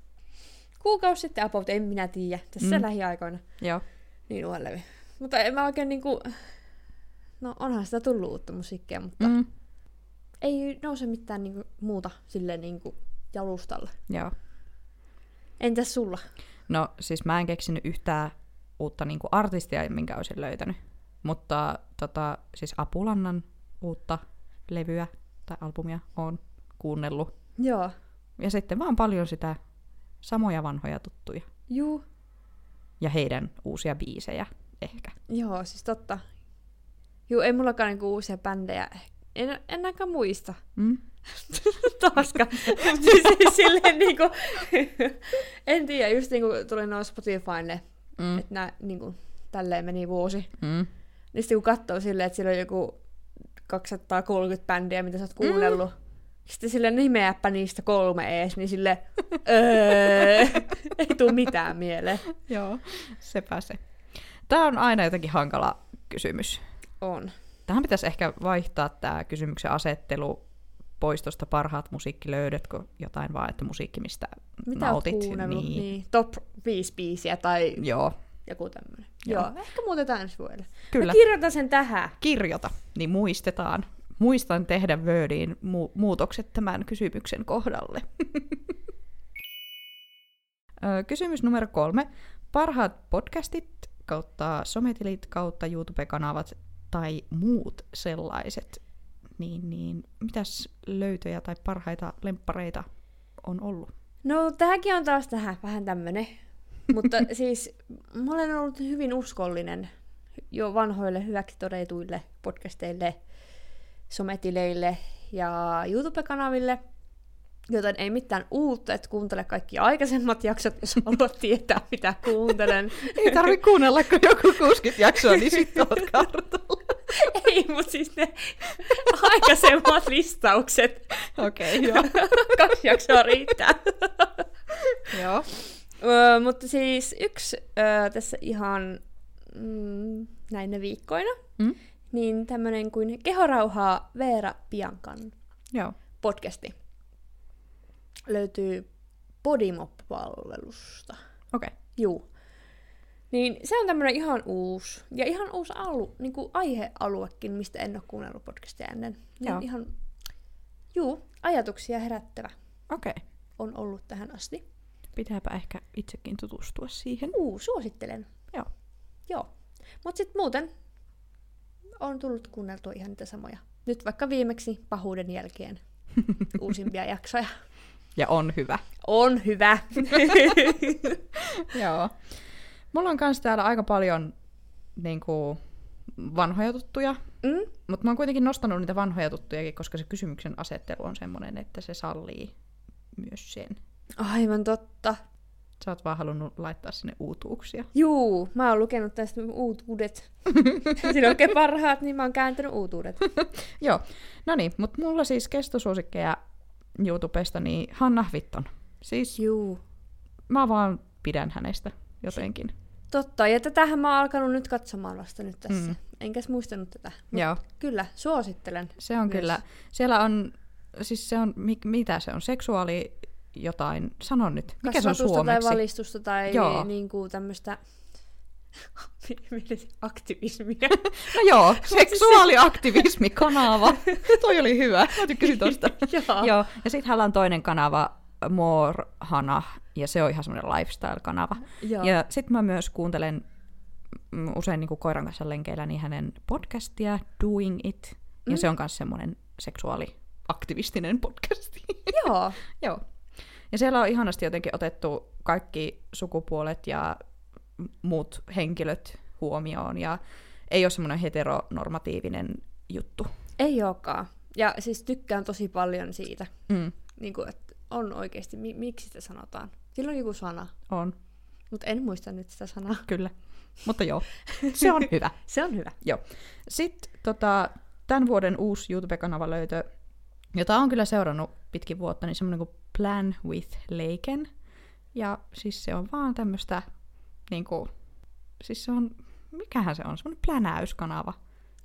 kuukausi sitten about, en minä tiedä. Tässä mm. Mm. lähiaikoina. Joo. Niin uusi levy. Mutta en mä oikein niinku... No onhan sitä tullut uutta musiikkia, mutta mm. Mm. ei nouse mitään niinku muuta silleen niinku jalustalle. Joo. Entäs sulla? No siis mä en keksinyt yhtään uutta niin artistia, minkä olisin löytänyt. Mutta tota, siis Apulannan uutta levyä tai albumia on kuunnellut. Joo. Ja sitten vaan paljon sitä samoja vanhoja tuttuja. Juu. Ja heidän uusia biisejä ehkä. Joo, siis totta. Juu, ei mullakaan niinku uusia bändejä eh- En, en ainakaan muista. Mm? Taaskaan. siis, siis silleen niinku, en tiedä, just niinku tuli noin Spotifyne, mm. Mm. että nää niinku, tälleen meni vuosi. Mm. Niin sitten kun katsoo silleen, että siellä on joku 230 bändiä, mitä sä oot kuunnellut, mm. sitten sille nimeäpä niistä kolme ees, niin sille öö, ei tuu mitään mieleen. Joo, sepä se. Tämä on aina jotenkin hankala kysymys. On. Tähän pitäisi ehkä vaihtaa tämä kysymyksen asettelu pois tuosta parhaat musiikkilöydöt, kun jotain vaan, että musiikki mistä Mitä nautit. oot kuunnellut? Niin. niin. Top 5 biisiä tai Joo, joku tämmönen. Joo. Joo. Joo. Ehkä muutetaan ensi vuodelle. kyllä. Mä kirjoitan sen tähän. Kirjoita, niin muistetaan. Muistan tehdä Wordiin mu- muutokset tämän kysymyksen kohdalle. Ö, Kysymys numero kolme. Parhaat podcastit kautta sometilit kautta YouTube-kanavat tai muut sellaiset. Niin, niin mitäs löytöjä tai parhaita lemppareita on ollut? No tähänkin on taas tähän vähän tämmönen. Mutta siis mä olen ollut hyvin uskollinen jo vanhoille hyväksi todetuille podcasteille, sometileille ja YouTube-kanaville. Joten ei mitään uutta, että kuuntele kaikki aikaisemmat jaksot, jos haluat tietää, mitä kuuntelen. Ei tarvi kuunnella, kun joku 60 jaksoa, niin sitten oot kartalla. ei, mutta siis ne aikaisemmat listaukset. Okei, okay, joo. Kaksi jaksoa riittää. joo. Öö, mutta siis yksi öö, tässä ihan mm, näinä viikkoina, Mm? niin tämmönen kuin Kehorauhaa Veera Piankan Joo. podcasti löytyy Podimo-palvelusta. Okei. Juu. Niin se on tämmönen ihan uusi, ja ihan uusi alu, niin kuin aihealuekin, mistä en ole kuunnellut podcastia ennen. Niin Joo. ihan, juu, ajatuksia herättävä Okei. on ollut tähän asti. Pitääpä ehkä itsekin tutustua siihen. Uu, suosittelen. Joo. Joo. Mut sit muuten on tullut kuunneltua ihan niitä samoja. Nyt vaikka viimeksi pahuuden jälkeen uusimpia jaksoja. Ja on hyvä. On hyvä. Joo. Mulla on kans täällä aika paljon niinku, vanhoja tuttuja, mm? mutta mä oon kuitenkin nostanut niitä vanhoja tuttujakin, koska se kysymyksen asettelu on semmoinen, että se sallii myös sen. Aivan totta. Sä oot vaan halunnut laittaa sinne uutuuksia. Juu, mä oon lukenut tästä uutuudet. Siinä on oikein parhaat, niin mä oon kääntänyt uutuudet. Joo. No niin, mutta mulla siis kestosuosikkeja YouTubesta, niin Hanna Vitton. Siis Juu. mä vaan pidän hänestä jotenkin. Totta, ja tätähän mä oon alkanut nyt katsomaan vasta nyt tässä. Mm. Mm. Enkäs muistanut tätä. Mut Joo. Kyllä, suosittelen. Se on myös. kyllä. Siellä on, siis se on, mi, mitä se on, seksuaali jotain, sano nyt. Mikä se on kasvatusta suomeksi? tai valistusta tai Joo. Joo. niinku tämmöistä aktivismia. No joo, seksuaaliaktivismikanava. Toi oli hyvä, mä tykkäsin tosta. Joo. joo, ja sitten hänellä on toinen kanava, Morhana, ja se on ihan semmoinen lifestyle-kanava. Joo. Ja sitten mä myös kuuntelen mm, usein niin koiran kanssa lenkeillä niin hänen podcastia Doing It, ja Mm. se on myös semmoinen seksuaaliaktivistinen podcasti. Joo. Joo. Ja siellä on ihanasti jotenkin otettu kaikki sukupuolet ja m- muut henkilöt huomioon ja ei ole semmoinen heteronormatiivinen juttu. Ei olekaan. Ja siis tykkään tosi paljon siitä, Mm. niin kuin, että on oikeasti, mi- miksi sitä sanotaan. Sillä on joku sana, On, mutta en muista nyt sitä sanaa. kyllä. Mutta joo, se on hyvä. Se on hyvä. Joo. Sitten tota, tämän vuoden uusi YouTube-kanava löytö, jota on kyllä seurannut pitkin vuotta, niin semmoinen kuin Plan with Leiken. Ja siis se on vaan tämmöistä, niin kuin, siis se on, mikähän se on, semmoinen plänäyskanava.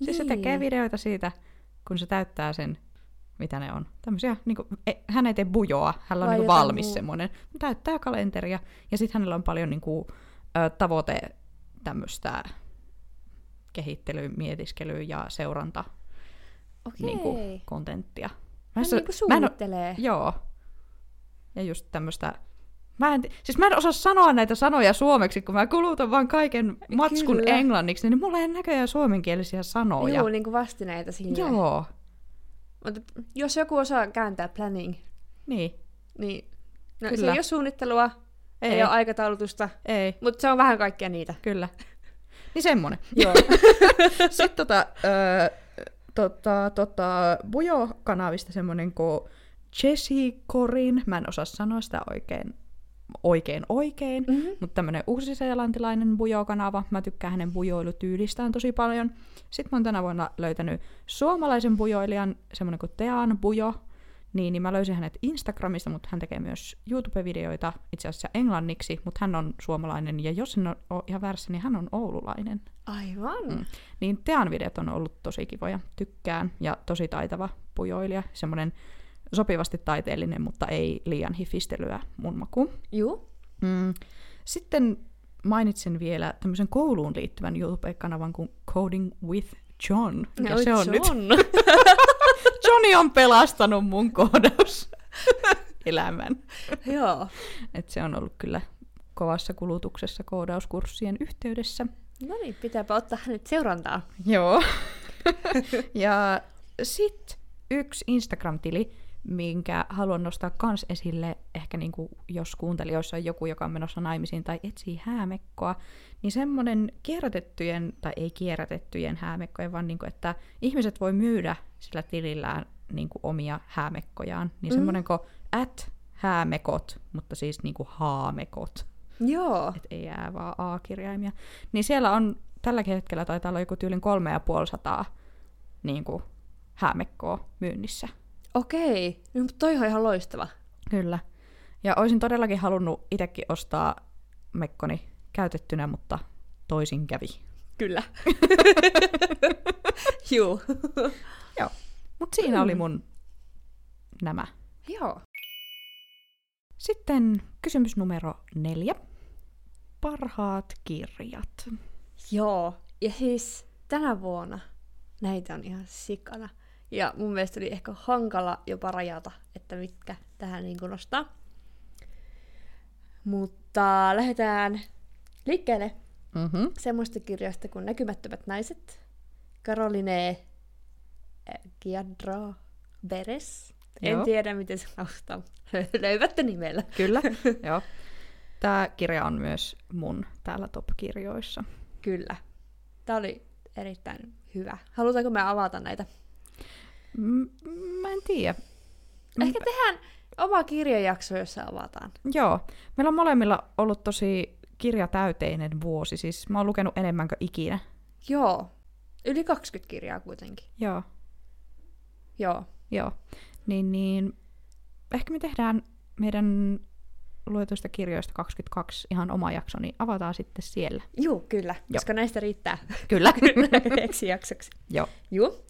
Siis se Niin. tekee videoita siitä, kun se täyttää sen, mitä ne on. Tämmöisiä, niin kuin, e, hän ei tee bujoa, hänellä on Vai niin kuin jotain valmis muu- semmoinen. Täyttää kalenteria ja sitten hänellä on paljon niin kuin, ö, tavoite tämmöistä kehittelyä, mietiskelyä ja seuranta Okei. niin kuin, kontenttia. Mä, en Hän sa- niinku mä en o- suunnittelee. Joo. Ja just tämmöistä... Mä en, ti- siis mä en osaa sanoa näitä sanoja suomeksi, kun mä kulutan vaan kaiken matskun Kyllä. englanniksi, niin mulla ei näköjään suomenkielisiä sanoja. Juu, niin kuin vastineita sille. Joo. Mutta jos joku osaa kääntää planning, Niin. niin no, se Kyllä. ei ole suunnittelua, ei, Ei. ei ole aikataulutusta, Ei. mutta se on vähän kaikkea niitä. Kyllä. Niin semmonen. Joo. Sitten tota, öö, tota, tota, Bujo-kanavista semmonen kuin Jessie Corin, mä en osaa sanoa sitä oikein oikein oikein, Mm-hmm. mutta tämmönen uusiseelantilainen bujo-kanava, mä tykkään hänen bujoilutyylistään tosi paljon. Sitten mä oon tänä vuonna löytänyt suomalaisen bujoilijan, semmonen kuin Tean Bujo, niin, niin mä löysin hänet Instagramista, mutta hän tekee myös YouTube-videoita itse asiassa englanniksi, mutta hän on suomalainen, ja jos en ole ihan väärässä, niin hän on oululainen. Aivan. Mm. Niin Tean videot on ollut tosi kivoja, tykkään, ja tosi taitava pujoilija, semmoinen sopivasti taiteellinen, mutta ei liian hifistelyä mun makuun. Juu. Mm. Sitten mainitsen vielä tämmöisen kouluun liittyvän YouTube-kanavan kuin Coding with John. Ja Oi, se on nyt. John. Johnny on pelastanut mun koodaus elämän. Joo. Et se on ollut kyllä kovassa kulutuksessa koodauskurssien yhteydessä. No niin, pitääpä ottaa hänet seurantaa. Joo. ja sit yksi Instagram-tili, minkä haluan nostaa kans esille, ehkä niinku, jos kuuntelijoissa on joku, joka on menossa naimisiin tai etsii häämekkoa, niin semmonen kierrätettyjen, tai ei kierrätettyjen häämekkojen, vaan niinku, että ihmiset voi myydä sillä tilillään niinku omia häämekkojaan. Niin Mhm. semmonen kuin at häämekot, mutta siis niinku haamekot Joo. et ei jää vaan A-kirjaimia. Niin siellä on tälläkin hetkellä taitaa olla joku tyylin kolme ja puoli sataa niin kuin, häämekkoa myynnissä. Okei. No, mutta toi on ihan loistava. Kyllä. Ja olisin todellakin halunnut itsekin ostaa mekkoni käytettynä, mutta toisin kävi. Kyllä. Juu. Mutta siinä oli mun nämä. Joo. Sitten kysymys numero neljä. Parhaat kirjat. Joo. Ja siis tänä vuonna näitä on ihan sikana. Ja mun mielestä oli ehkä hankala jopa rajata, että mitkä tähän niin kuin nostaa. Mutta lähdetään liikkeelle Mm-hmm. semmoista kirjoista kuin Näkymättömät naiset, Caroline eh, äh, Giadro Beres. En Joo. tiedä, miten se laustaa. Löyvätte nimellä. Kyllä, joo. Tämä kirja on myös mun täällä top-kirjoissa. Kyllä. Tämä oli erittäin hyvä. Halutaanko me avata näitä? M- mä en tiedä. Ehkä tehdään oma kirjajakso, jossa avataan. Joo. Meillä on molemmilla ollut tosi kirjatäyteinen vuosi. Siis mä oon lukenut enemmän kuin ikinä. Joo. Yli 20 kirjaa kuitenkin. Joo. Joo. Joo. Niin, niin ehkä me tehdään meidän luetuista kirjoista 22 ihan oma jakso, niin avataan sitten siellä. Juu, kyllä. Joo. Koska näistä riittää Kyllä. yksi jaksoksi. Joo. Juu.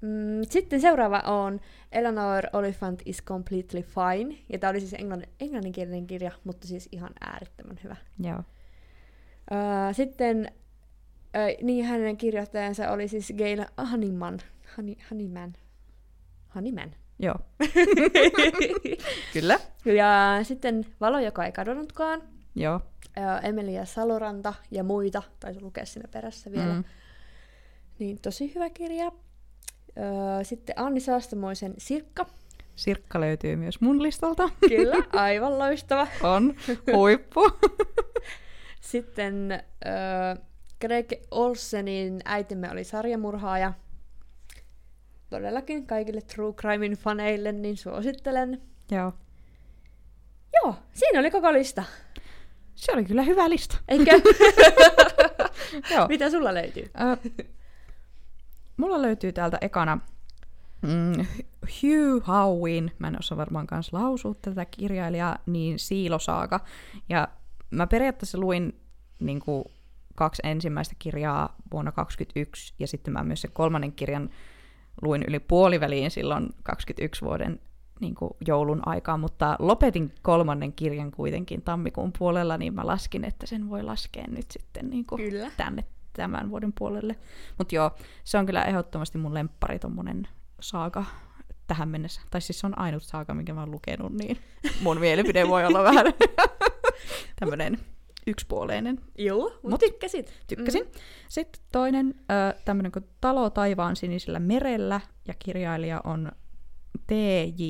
Mm, sitten seuraava on Eleanor Oliphant is Completely Fine. Ja tämä oli siis englannin, englanninkielinen kirja, mutta siis ihan äärettömän hyvä. Joo. Öö, sitten öö, niin hänen kirjoittajansa oli siis Gail Honeyman. Honey, Honeyman. Honeyman. Joo. Kyllä. Ja sitten Valo, joka ei kadonnutkaan. Joo. Öö, Emilia Saloranta ja muita. Taisi lukea siinä perässä vielä. Mm. Mm. Niin tosi hyvä kirja. Öö, sitten Anni Saastamoisen Sirkka. Sirkka löytyy myös mun listalta. Kyllä, aivan loistava. On. Huippu. Sitten öö, Greg Olsenin äitimme oli sarjamurhaaja. Todellakin kaikille True Crimein faneille, niin suosittelen. Joo. Joo, siinä oli koko lista. Se oli kyllä hyvä lista. Eikö? Joo. Mitä sulla löytyy? Ö, mulla löytyy täältä ekana mm, Hugh Howin, mä en osaa varmaan kans lausua tätä kirjailijaa, niin Siilosaaka. Ja mä periaatteessa luin niin kuin, kaksi ensimmäistä kirjaa vuonna 2021 ja sitten mä myös sen kolmannen kirjan luin yli puoliväliin silloin 21 vuoden niin kuin joulun aikaa, mutta lopetin kolmannen kirjan kuitenkin tammikuun puolella, niin mä laskin, että sen voi laskea nyt sitten niin kuin Kyllä. tänne tämän vuoden puolelle. Mutta joo, se on kyllä ehdottomasti mun lemppari tommonen saaga tähän mennessä. Tai siis se on ainut saaga, minkä mä oon lukenut, niin mun mielipide voi olla vähän tämmönen yksipuoleinen. Joo, mut, Mut. tykkäsit. Tykkäsin. Mm. Sitten toinen, ö, tämmönen kuin Talo taivaan sinisellä merellä, ja kirjailija on T.J.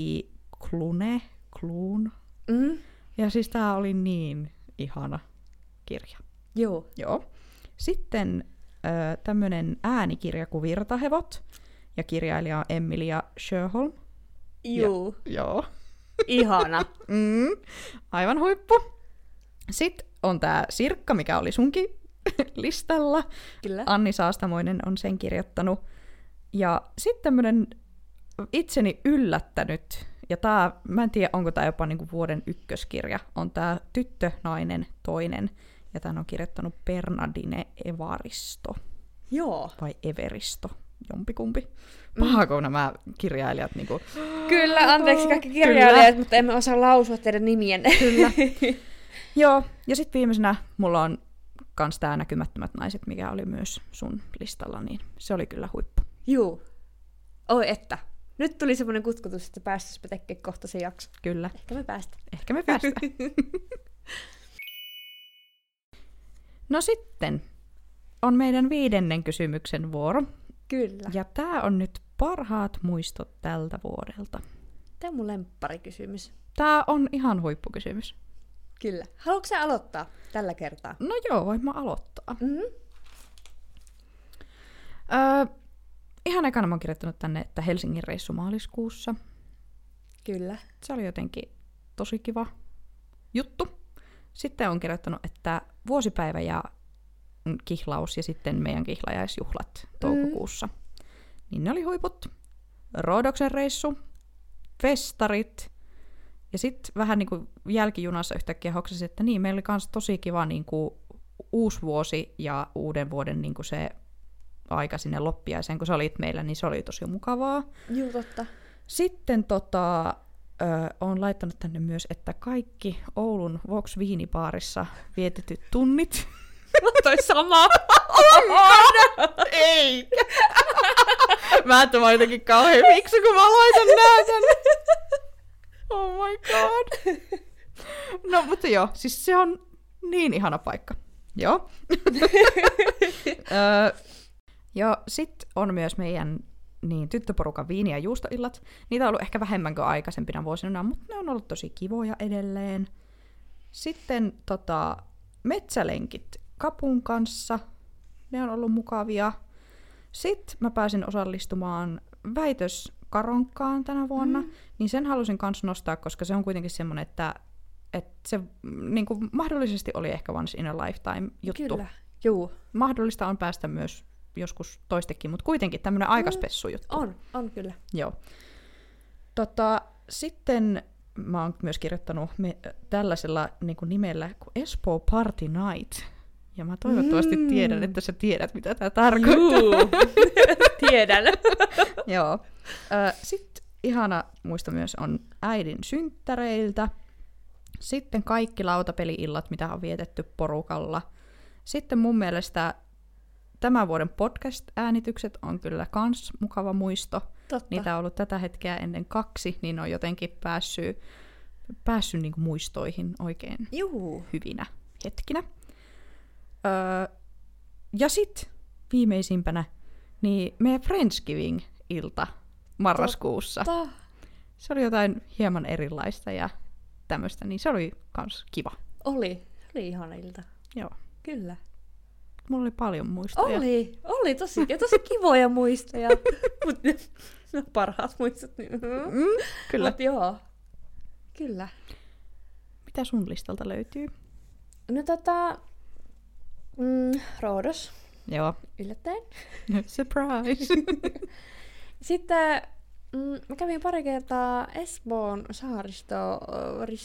Klune, Kluun. Mm. Ja siis tää oli niin ihana kirja. Joo. Joo. Sitten ö, tämmöinen äänikirja kuin Virtahevot, ja kirjailija on Emilia Sjöholm. Juu, Joo. ihana. Mm, aivan huippu. Sitten on tämä Sirkka, mikä oli sunkin listalla. Kyllä. Anni Saastamoinen on sen kirjoittanut. Ja sitten tämmöinen itseni yllättänyt, ja tää, mä en tiedä onko tämä jopa niinku vuoden ykköskirja, on tämä Tyttö, nainen, toinen. Ja tämän on kirjoittanut Bernadine Evaristo, Joo. vai Everisto, jompikumpi. Paha, kun nämä kirjailijat niinku Kyllä, anteeksi kaikki Kyllä. kirjailijat, mutta emme osaa lausua teidän nimienne. Kyllä. Joo, ja sitten viimeisenä mulla on kans tää Näkymättömät naiset, mikä oli myös sun listalla, niin se oli kyllä huippu. Juu. Oi että. Nyt tuli semmoinen kutkutus, että päästäisipä tekemään kohta se jakso. Kyllä, Ehkä me päästään. ehkä me päästään. No sitten on meidän viidennen kysymyksen vuoro. Kyllä. Ja tää on nyt parhaat muistot tältä vuodelta. Tämä on mun lempparikysymys. Tää on ihan huippukysymys. Kyllä. Haluatko sä aloittaa tällä kertaa? No joo, voin mä aloittaa. Mm-hmm. Öö, ihan ekana mä oon kirjoittanut tänne, että Helsingin reissu maaliskuussa. Kyllä. se oli jotenkin tosi kiva juttu. Sitten on kirjoittanut, että vuosipäivä ja kihlaus ja sitten meidän kihlajaisjuhlat toukokuussa. Niin ne oli huiput. Rodoksen reissu, festarit ja sitten vähän niin kuin jälkijunassa yhtäkkiä hoksasin, että niin, meillä oli myös tosi kiva niin kuin uusi vuosi ja uuden vuoden niin kuin se aika sinne loppiaiseen, kun sä olit meillä, niin se oli tosi mukavaa. Juu, totta. Sitten tota, ö, on laittanut tänne myös, että kaikki Oulun Vox Viinipaarissa vietityt tunnit. Toi sama. Ei! mä että mä oon jotenkin kauhean fiksu, kun mä laitan nää tänne. Oh my god. No, mutta joo, siis se on niin ihana paikka. Joo. Öö, ja sitten on myös meidän niin, tyttöporukan viini- ja juustoillat. Niitä on ollut ehkä vähemmän kuin aikaisempina vuosina, mutta ne on ollut tosi kivoja edelleen. Sitten tota, metsälenkit Kapun kanssa. Ne on ollut mukavia. Sitten mä pääsin osallistumaan väitöskaronkkaan tänä vuonna. Mm. Niin sen halusin myös nostaa, koska se on kuitenkin semmoinen, että, että se niin kuin mahdollisesti oli ehkä once in a lifetime juttu Kyllä. Juu. mahdollista on päästä myös joskus toistekin, mutta kuitenkin tämmöinen aikaspessu juttu. On, on kyllä. Joo. Tota, sitten mä oon myös kirjoittanut me, tällaisella niin kuin nimellä kuin Espoo Party Night. Ja mä toivottavasti Mm. mm. tiedän, että sä tiedät, mitä tämä tarkoittaa. Tiedän. Joo. Sitten ihana muisto myös on äidin synttäreiltä. Sitten kaikki lautapeliillat, mitä on vietetty porukalla. Sitten mun mielestä tämän vuoden podcast-äänitykset on kyllä kans mukava muisto. Totta. Niitä on ollut tätä hetkeä ennen kaksi, niin ne on jotenkin päässyt, päässyt niin muistoihin oikein Juu. hyvinä hetkinä. Öö, ja sitten viimeisimpänä, niin meidän Friendsgiving-ilta marraskuussa. Totta. Se oli jotain hieman erilaista ja tämmöistä, niin se oli kans kiva. Oli. Oli ihana ilta. Joo. Kyllä. Mulla oli paljon muistoja. Oli. Oli tosi, ja tosi kivoja muistoja. Mut, no parhaat muistot. Mm, Mm, kyllä. Mut joo. Kyllä. Mitä sun listalta löytyy? No tota... Mm, Roodos. Joo. Yllättäen. Surprise. Sitten mm, mä kävin pari kertaa Espoon saaristo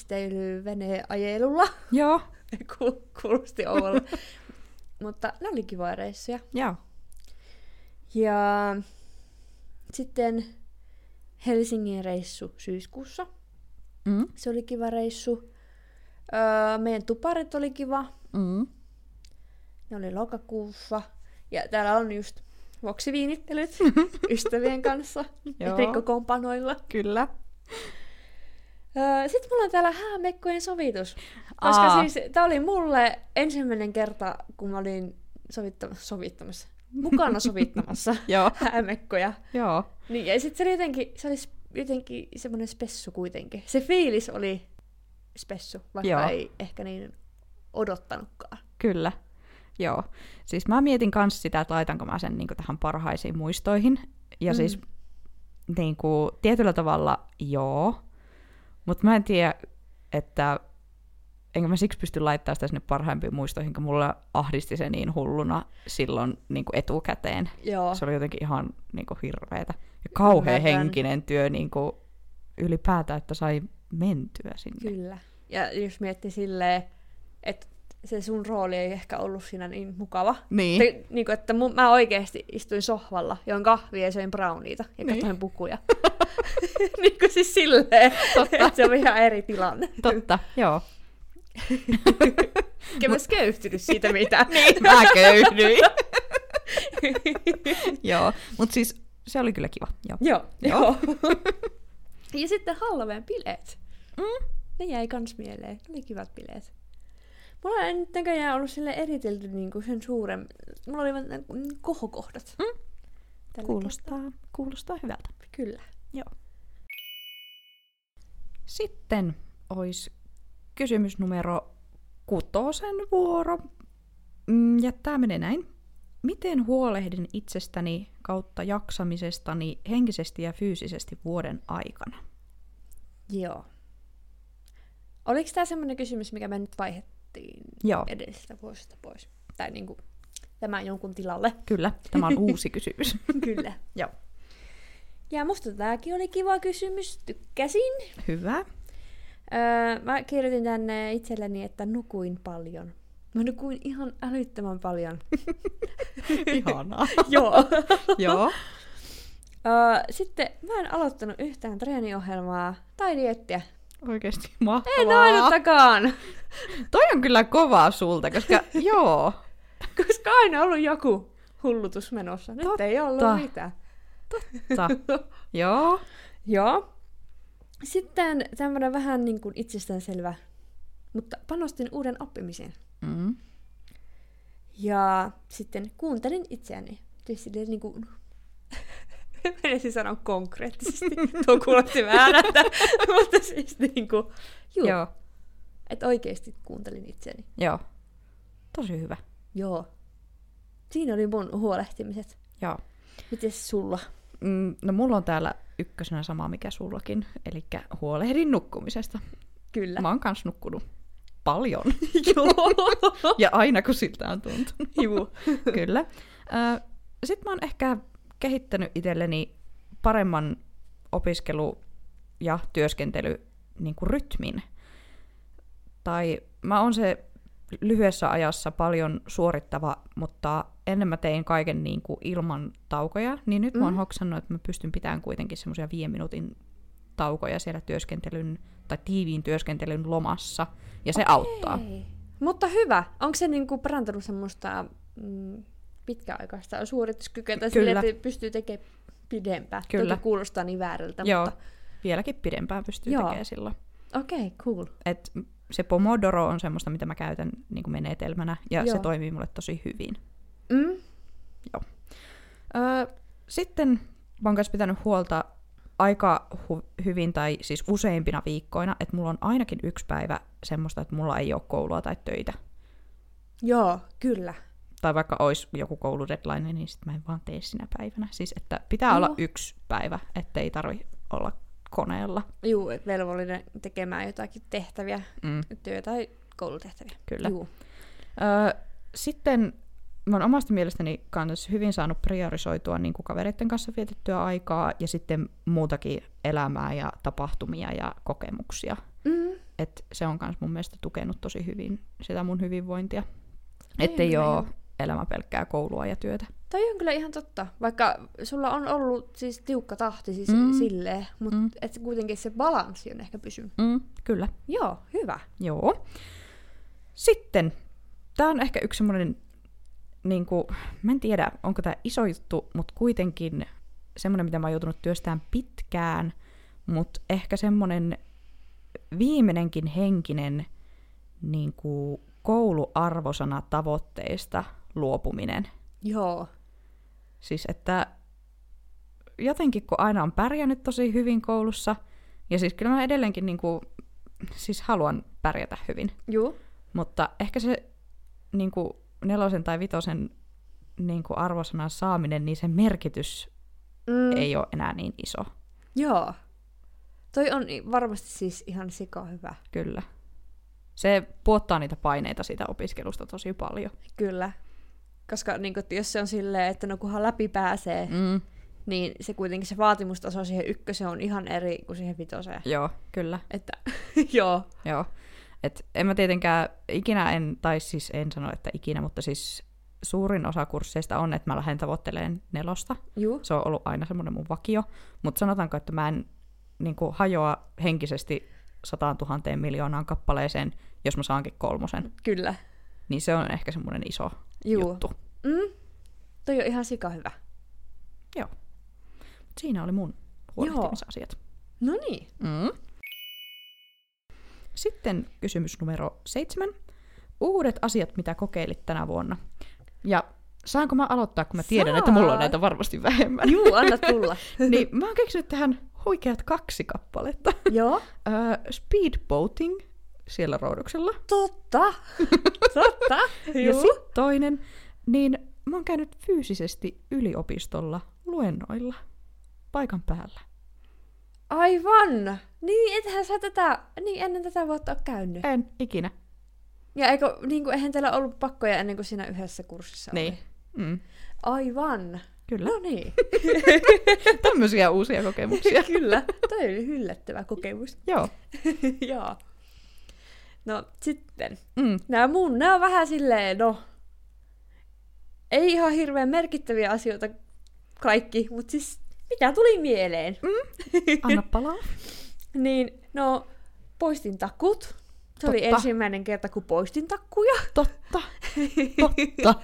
risteilyveneajelulla. Joo. Ku- Kuulosti oudolla. Mutta ne oli kivoja reissuja. Joo. Ja sitten Helsingin reissu syyskuussa. Mm. Se oli kiva reissu. Öö, meidän tuparit oli kiva. Mm. Ne oli lokakuussa. Ja täällä on just voksiviinittelyt ystävien kanssa. Joo. Rikkokompanoilla. Kyllä. Öö, Sitten mulla on täällä häämekkojen sovitus. Koska Aa. siis tää oli mulle ensimmäinen kerta, kun mä olin sovittam- sovittamassa. Mukana sovittamassa Joo. häämekkoja. Joo. Niin, ja sitten se oli jotenkin, se oli s- jotenkin semmoinen spessu kuitenkin. Se fiilis oli spessu, vaikka Joo. ei ehkä niin odottanutkaan. Kyllä. Joo. Siis mä mietin myös sitä, että laitanko mä sen niin tähän parhaisiin muistoihin. Ja mm. siis niin kuin, tietyllä tavalla joo, mutta mä en tiedä, että enkä mä siksi pysty laittamaan sitä sinne parhaimpiin muistoihin, kun mulla ahdisti se niin hulluna silloin niin kuin etukäteen. Joo. Se oli jotenkin ihan niin kuin hirveetä. Ja kauhean Ymmärrän. henkinen työ niin kuin ylipäätään, että sai mentyä sinne. Kyllä. Ja jos miettii silleen, että se sun rooli ei ehkä ollut siinä niin mukava. Niin. Niin. Niin kuin, että mun, mä oikeasti istuin sohvalla, join kahvia ja söin browniita ja Niin. niin. katsoin pukuja. niin kuin siis silleen, Totta. että se on ihan eri tilanne. Totta, joo. Enkä myös köyhtynyt siitä mitään. Niin, mä köydyin. joo, mutta siis se oli kyllä kiva. Joo. Joo. Joo. Joo. ja sitten Halloween bileet. Mm. Ne jäi kans mieleen. Ne oli kivat bileet. Mulla ei nyt näköjään ollut sille eritelty niinku sen suuren... Mulla oli vaan nää kohokohdat. Mm. Tällä Kuulostaa, kuulostaa hyvältä. kertaa. Kyllä. Sitten olisi kysymys numero kutosen vuoro. Mm, Ja tämä menee näin. Miten huolehdin itsestäni kautta jaksamisestani henkisesti ja fyysisesti vuoden aikana? Joo. Oliko tämä semmoinen kysymys, mikä me nyt vaihettiin Joo, edellisestä vuosista pois? Tai niinku tämä jonkun tilalle. kyllä. Tämä on uusi kysymys. Kyllä. Joo. Ja musta tämäkin oli kiva kysymys. Tykkäsin. Hyvä. Öö, mä kirjoitin tänne itselleni, että nukuin paljon. Mä nukuin ihan älyttömän paljon. Ihanaa. Joo. Joo. öö, sitten mä en aloittanut yhtään treeniohjelmaa tai diettiä. Oikeasti mahtavaa. En ainuttakaan, no, Toi on kyllä kovaa sulta, koska joo, koska aina on ollut joku hullutus menossa. Nyt Totta. ei ollut Totta. mitään. ta, joo, Joo. Sitten tämmönen vähän niin kuin itsestäänselvä, mutta panostin uuden oppimiseen. mm, Ja sitten kuuntelin itseäni. Siis silleen niin kuin... Menisin sanoa konkreettisesti. Tuo kuulosti väärältä. mutta siis niin kuin... Juu, joo, että oikeasti kuuntelin itseäni. joo, tosi hyvä, Joo. Siinä oli mun huolehtimiset. joo. Mites sulla? Mm, no mulla on täällä ykkösenä sama mikä sullakin, eli huolehdin nukkumisesta. Kyllä. Mä oon kans nukkunut paljon Joo. ja aina kun siltä on tuntunut. Juu. Kyllä. Sitten mä oon ehkä kehittänyt itselleni paremman opiskelu- ja työskentely niin kuin rytmin. Tai mä oon se lyhyessä ajassa paljon suorittava, mutta ennen mä tein kaiken niin kuin ilman taukoja, niin nyt mm. mä oon Mhm. hoksannut, että mä pystyn pitämään kuitenkin semmoisia viiden minuutin taukoja siellä työskentelyn tai tiiviin työskentelyn lomassa, ja se okay. auttaa. Ei. Mutta hyvä. Onko se niinku parantanut semmoista mm, pitkäaikaista suorituskykyä tai Kyllä. silleen, että pystyy tekemään pidempään? Kyllä. Toki kuulostaa niin väärältä, Joo, mutta... vieläkin pidempään pystyy Joo. tekemään silloin. Okei, okay, cool. et se Pomodoro on semmoista, mitä mä käytän niin kuin menetelmänä, ja Joo. se Joo. toimii mulle tosi hyvin. Mm? Öö, sitten mä oon myös pitänyt huolta aika hu- hyvin, tai siis useimpina viikkoina, että mulla on ainakin yksi päivä semmoista, että mulla ei ole koulua tai töitä. Joo, kyllä. Tai vaikka olisi joku kouludeadline, niin sitten mä en vaan tee sinä päivänä. Siis että pitää olla Joo. yksi päivä, ettei tarvi olla koneella. Juu, et velvollinen tekemään jotakin tehtäviä, Mm, työ- tai koulutehtäviä. kyllä. Juu. Öö, sitten mä oon omasta mielestäni kanssa hyvin saanut priorisoitua niin kuin kavereiden kanssa vietettyä aikaa ja sitten muutakin elämää ja tapahtumia ja kokemuksia. Mm. Et se on myös mun mielestä tukenut tosi hyvin sitä mun hyvinvointia. Toi on Että ei kyllä ole ihan- elämä pelkkää koulua ja työtä. Toi on kyllä ihan totta, vaikka sulla on ollut siis tiukka tahti siis Mm. mm. silleen, mutta Mm. mm. et kuitenkin se balanssi on ehkä pysynyt. Mm, kyllä, Joo, hyvä. joo. Sitten, tämä on ehkä yksi semmoinen, niin kuin, mä en tiedä onko tämä iso juttu, mutta kuitenkin semmoinen, mitä mä oon joutunut työstämään pitkään, mutta ehkä semmoinen viimeinenkin henkinen niin kuin kouluarvosana tavoitteista luopuminen. Joo. Siis että jotenkin kun aina on pärjännyt tosi hyvin koulussa, ja siis kyllä mä edelleenkin niin kuin, siis haluan pärjätä hyvin, Juu. mutta ehkä se niin kuin, nelosen tai vitosen niin kuin arvosanan saaminen, niin sen merkitys Mm, ei ole enää niin iso. Joo. Toi on i- varmasti siis ihan sika hyvä. Kyllä. Se puottaa niitä paineita siitä opiskelusta tosi paljon. Kyllä. Koska niin kun, jos se on silleen, että no kunhan läpi pääsee, mm. Mm. niin se kuitenkin se vaatimustaso siihen ykköseen on ihan eri kuin siihen vitoseen. Joo, kyllä. Että joo. Joo. Et en mä tietenkään ikinä en, tai siis en sano, että ikinä, mutta siis suurin osa kursseista on, että mä lähden tavoitteleen nelosta. Juu. Se on ollut aina semmoinen mun vakio. Mutta sanotaanko, että mä en niin kuin, hajoa henkisesti sataan tuhanteen miljoonaan kappaleeseen, jos mä saankin kolmosen. Kyllä. Niin se on ehkä semmoinen iso Juu. juttu. Mm. Toi on ihan sika hyvä. Siinä oli mun huolehtimisasiat. No niin. Mm. Sitten kysymys numero seitsemän. Uudet asiat, mitä kokeilit tänä vuonna. Ja saanko mä aloittaa, kun mä tiedän, Saat. että mulla on näitä varmasti vähemmän. Juu, anna tulla. niin mä oon keksinyt tähän huikeat kaksi kappaletta. joo. Öö, speedboating siellä rouduksella. Totta. Totta. Ja Juu. sitten toinen, niin mä oon käynyt fyysisesti yliopistolla luennoilla paikan päällä. Aivan. Niin, ethän sä tätä, niin ennen tätä vuotta ole käynyt. En ikinä. Ja eikö, niin kuin, eihän teillä ollut pakkoja ennen kuin siinä yhdessä kurssissa Niin. oli. Mm, Aivan. kyllä. No niin. Tämmöisiä uusia kokemuksia. Kyllä. Toi oli yllättävä kokemus. Joo. Joo. No sitten. Mm, Nämä mun, nämä on vähän silleen, no, ei ihan hirveän merkittäviä asioita kaikki, mutta siis mitä tuli mieleen? anna palaa. Niin, no, poistin takut. Se oli Totta. ensimmäinen kerta, kun poistin takkuja. Totta. Totta.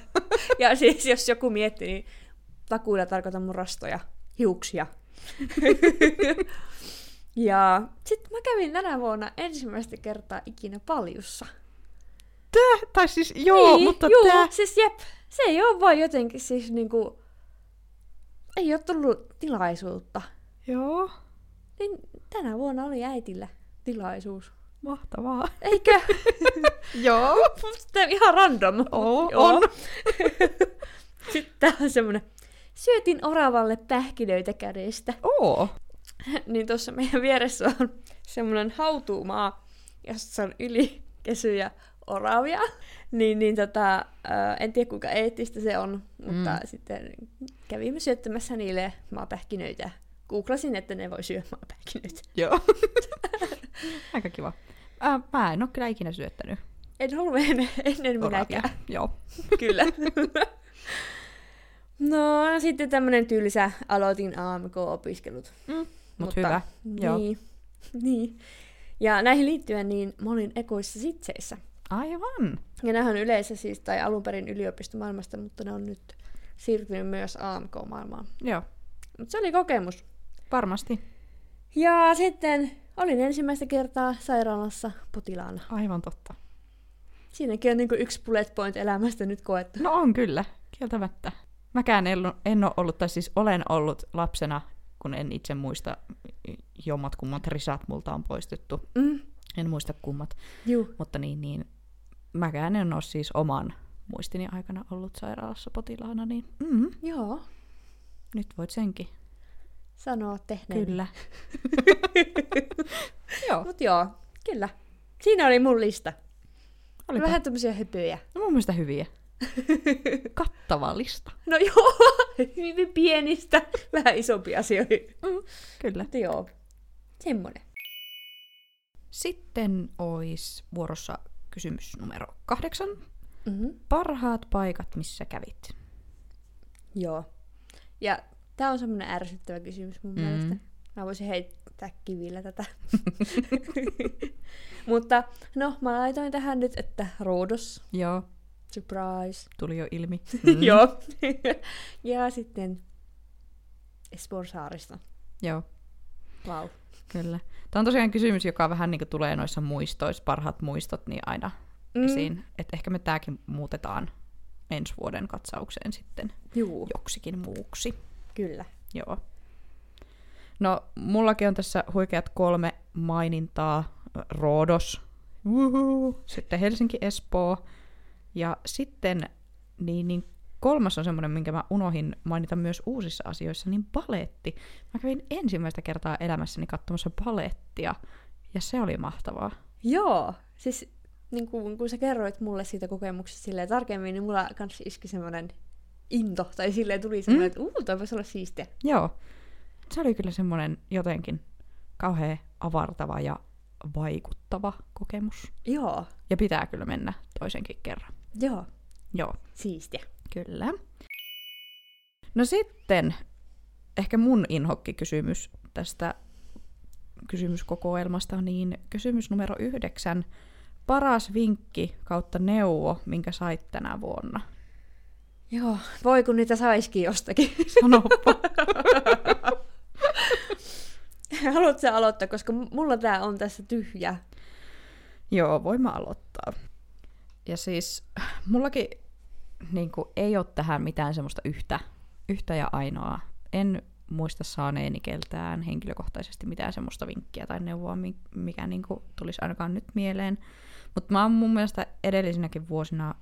Ja siis jos joku mietti, niin takuilla tarkoitan mun rastoja, hiuksia. ja sitten mä kävin tänä vuonna ensimmäistä kertaa ikinä paljussa. tai siis joo, Niin, mutta juu, tää... siis jep, se ei ole vaan jotenkin siis niinku, ei ole tullut tilaisuutta. Joo, Niin tänä vuonna oli äitillä tilaisuus. mahtavaa. Eikö? Joo. Sitten ihan random. Oo, Joo. on. Sitten tää on semmonen, syötin oravalle pähkinöitä kädestä. Oo. niin tuossa meidän vieressä on semmoinen hautuumaa, jossa on ylikesyjä oravia. Niin, niin tota, ö, en tiedä kuinka eettistä se on, mutta Mm. sitten kävimme syöttämässä niille maapähkinöitä. Googlasin, että ne voi syödä maapähkinöitä. Joo. Aika kiva. Äh, mä en oo kyllä ikinä syöttänyt En ollut ennen, ennen oravia. minäkään, Joo. kyllä. no, sitten tämmönen tylsä, aloitin AMK-opiskelut. Mut hyvä. Joo. Niin, niin. Ja näihin liittyen, niin mä olin ekoissa sitseissä. Aivan. Ja nämä on yleensä siis, tai alun perin yliopistomaailmasta, mutta ne on nyt siirtynyt myös AMK-maailmaan. Joo, Mutta se oli kokemus. varmasti. Ja sitten olin ensimmäistä kertaa sairaalassa potilaana. Aivan totta. Siinäkin on niinku yksi bullet point elämästä nyt koettu. No on kyllä, kieltämättä. Mäkään en, ollut- en ole ollut, tai siis olen ollut lapsena, kun en itse muista, jommat kummat risat multa on poistettu. Mm, En muista kummat. juu. Mutta niin, niin mäkään en ole siis oman muistini aikana ollut sairaalassa potilaana, niin mm, Joo. nyt voit senkin. Sanoa tehneen. Kyllä. joo, Mut joo, kyllä. Siinä oli mun lista. oli Vähän... Vähän tämmöisiä höpöjä. no, mun mielestä hyviä. Kattava lista. No joo, hyvin pienistä, vähän isompia asioita. Kyllä. Mutta joo, semmonen. Sitten olisi vuorossa kysymys numero kahdeksan. Mm-hmm. Parhaat paikat, missä kävit? Joo. Ja tämä on semmoinen ärsyttävä kysymys mun mm. Mm. mielestä. Mä voisin heittää kivillä tätä. Mutta no, mä laitoin tähän nyt, että Roodos. Joo, Surprise. tuli jo ilmi. Mm. Joo. ja sitten Espoon saarista. Joo, Vau. Wow. kyllä. Tämä on tosiaan kysymys, joka vähän niin tulee noissa muistoissa, parhaat muistot, niin aina mm. esiin. Että ehkä me tämäkin muutetaan ensi vuoden katsaukseen sitten Juu, joksikin muuksi. kyllä. Joo. No, mullakin on tässä huikeat kolme mainintaa. Roodos, Wuhuu. sitten Helsinki-Espoo ja sitten niin, niin kolmas on semmoinen, minkä mä unohin mainita myös uusissa asioissa, niin paletti. Mä kävin ensimmäistä kertaa elämässäni katsomassa palettia, ja se oli mahtavaa. Joo, siis niin kun, kun sä kerroit mulle siitä kokemuksesta silleen tarkemmin, niin mulla kans iski semmoinen into, tai silleen tuli semmoinen, mm. että uu, toi voisi olla siistiä. Joo, se oli kyllä semmoinen jotenkin kauhean avartava ja vaikuttava kokemus. Joo, Ja pitää kyllä mennä toisenkin kerran. joo, Joo, siistiä. Kyllä. No sitten ehkä mun inhokkikysymys tästä kysymyskokoelmasta, niin kysymys numero yhdeksän. Paras vinkki kautta neuvo, minkä sait tänä vuonna? Joo, voi kun niitä saisikin jostakin. Sanoppa. Haluatko sä aloittaa, koska mulla tää on tässä tyhjä. Joo, voin mä aloittaa. Ja siis mullakin niin kuin, ei ole tähän mitään semmoista yhtä, yhtä ja ainoa. En muista saaneeni keltään henkilökohtaisesti mitään semmoista vinkkiä tai neuvoa, mi- mikä niin kuin, tulisi ainakaan nyt mieleen. Mutta mä oon mun mielestä edellisinäkin vuosina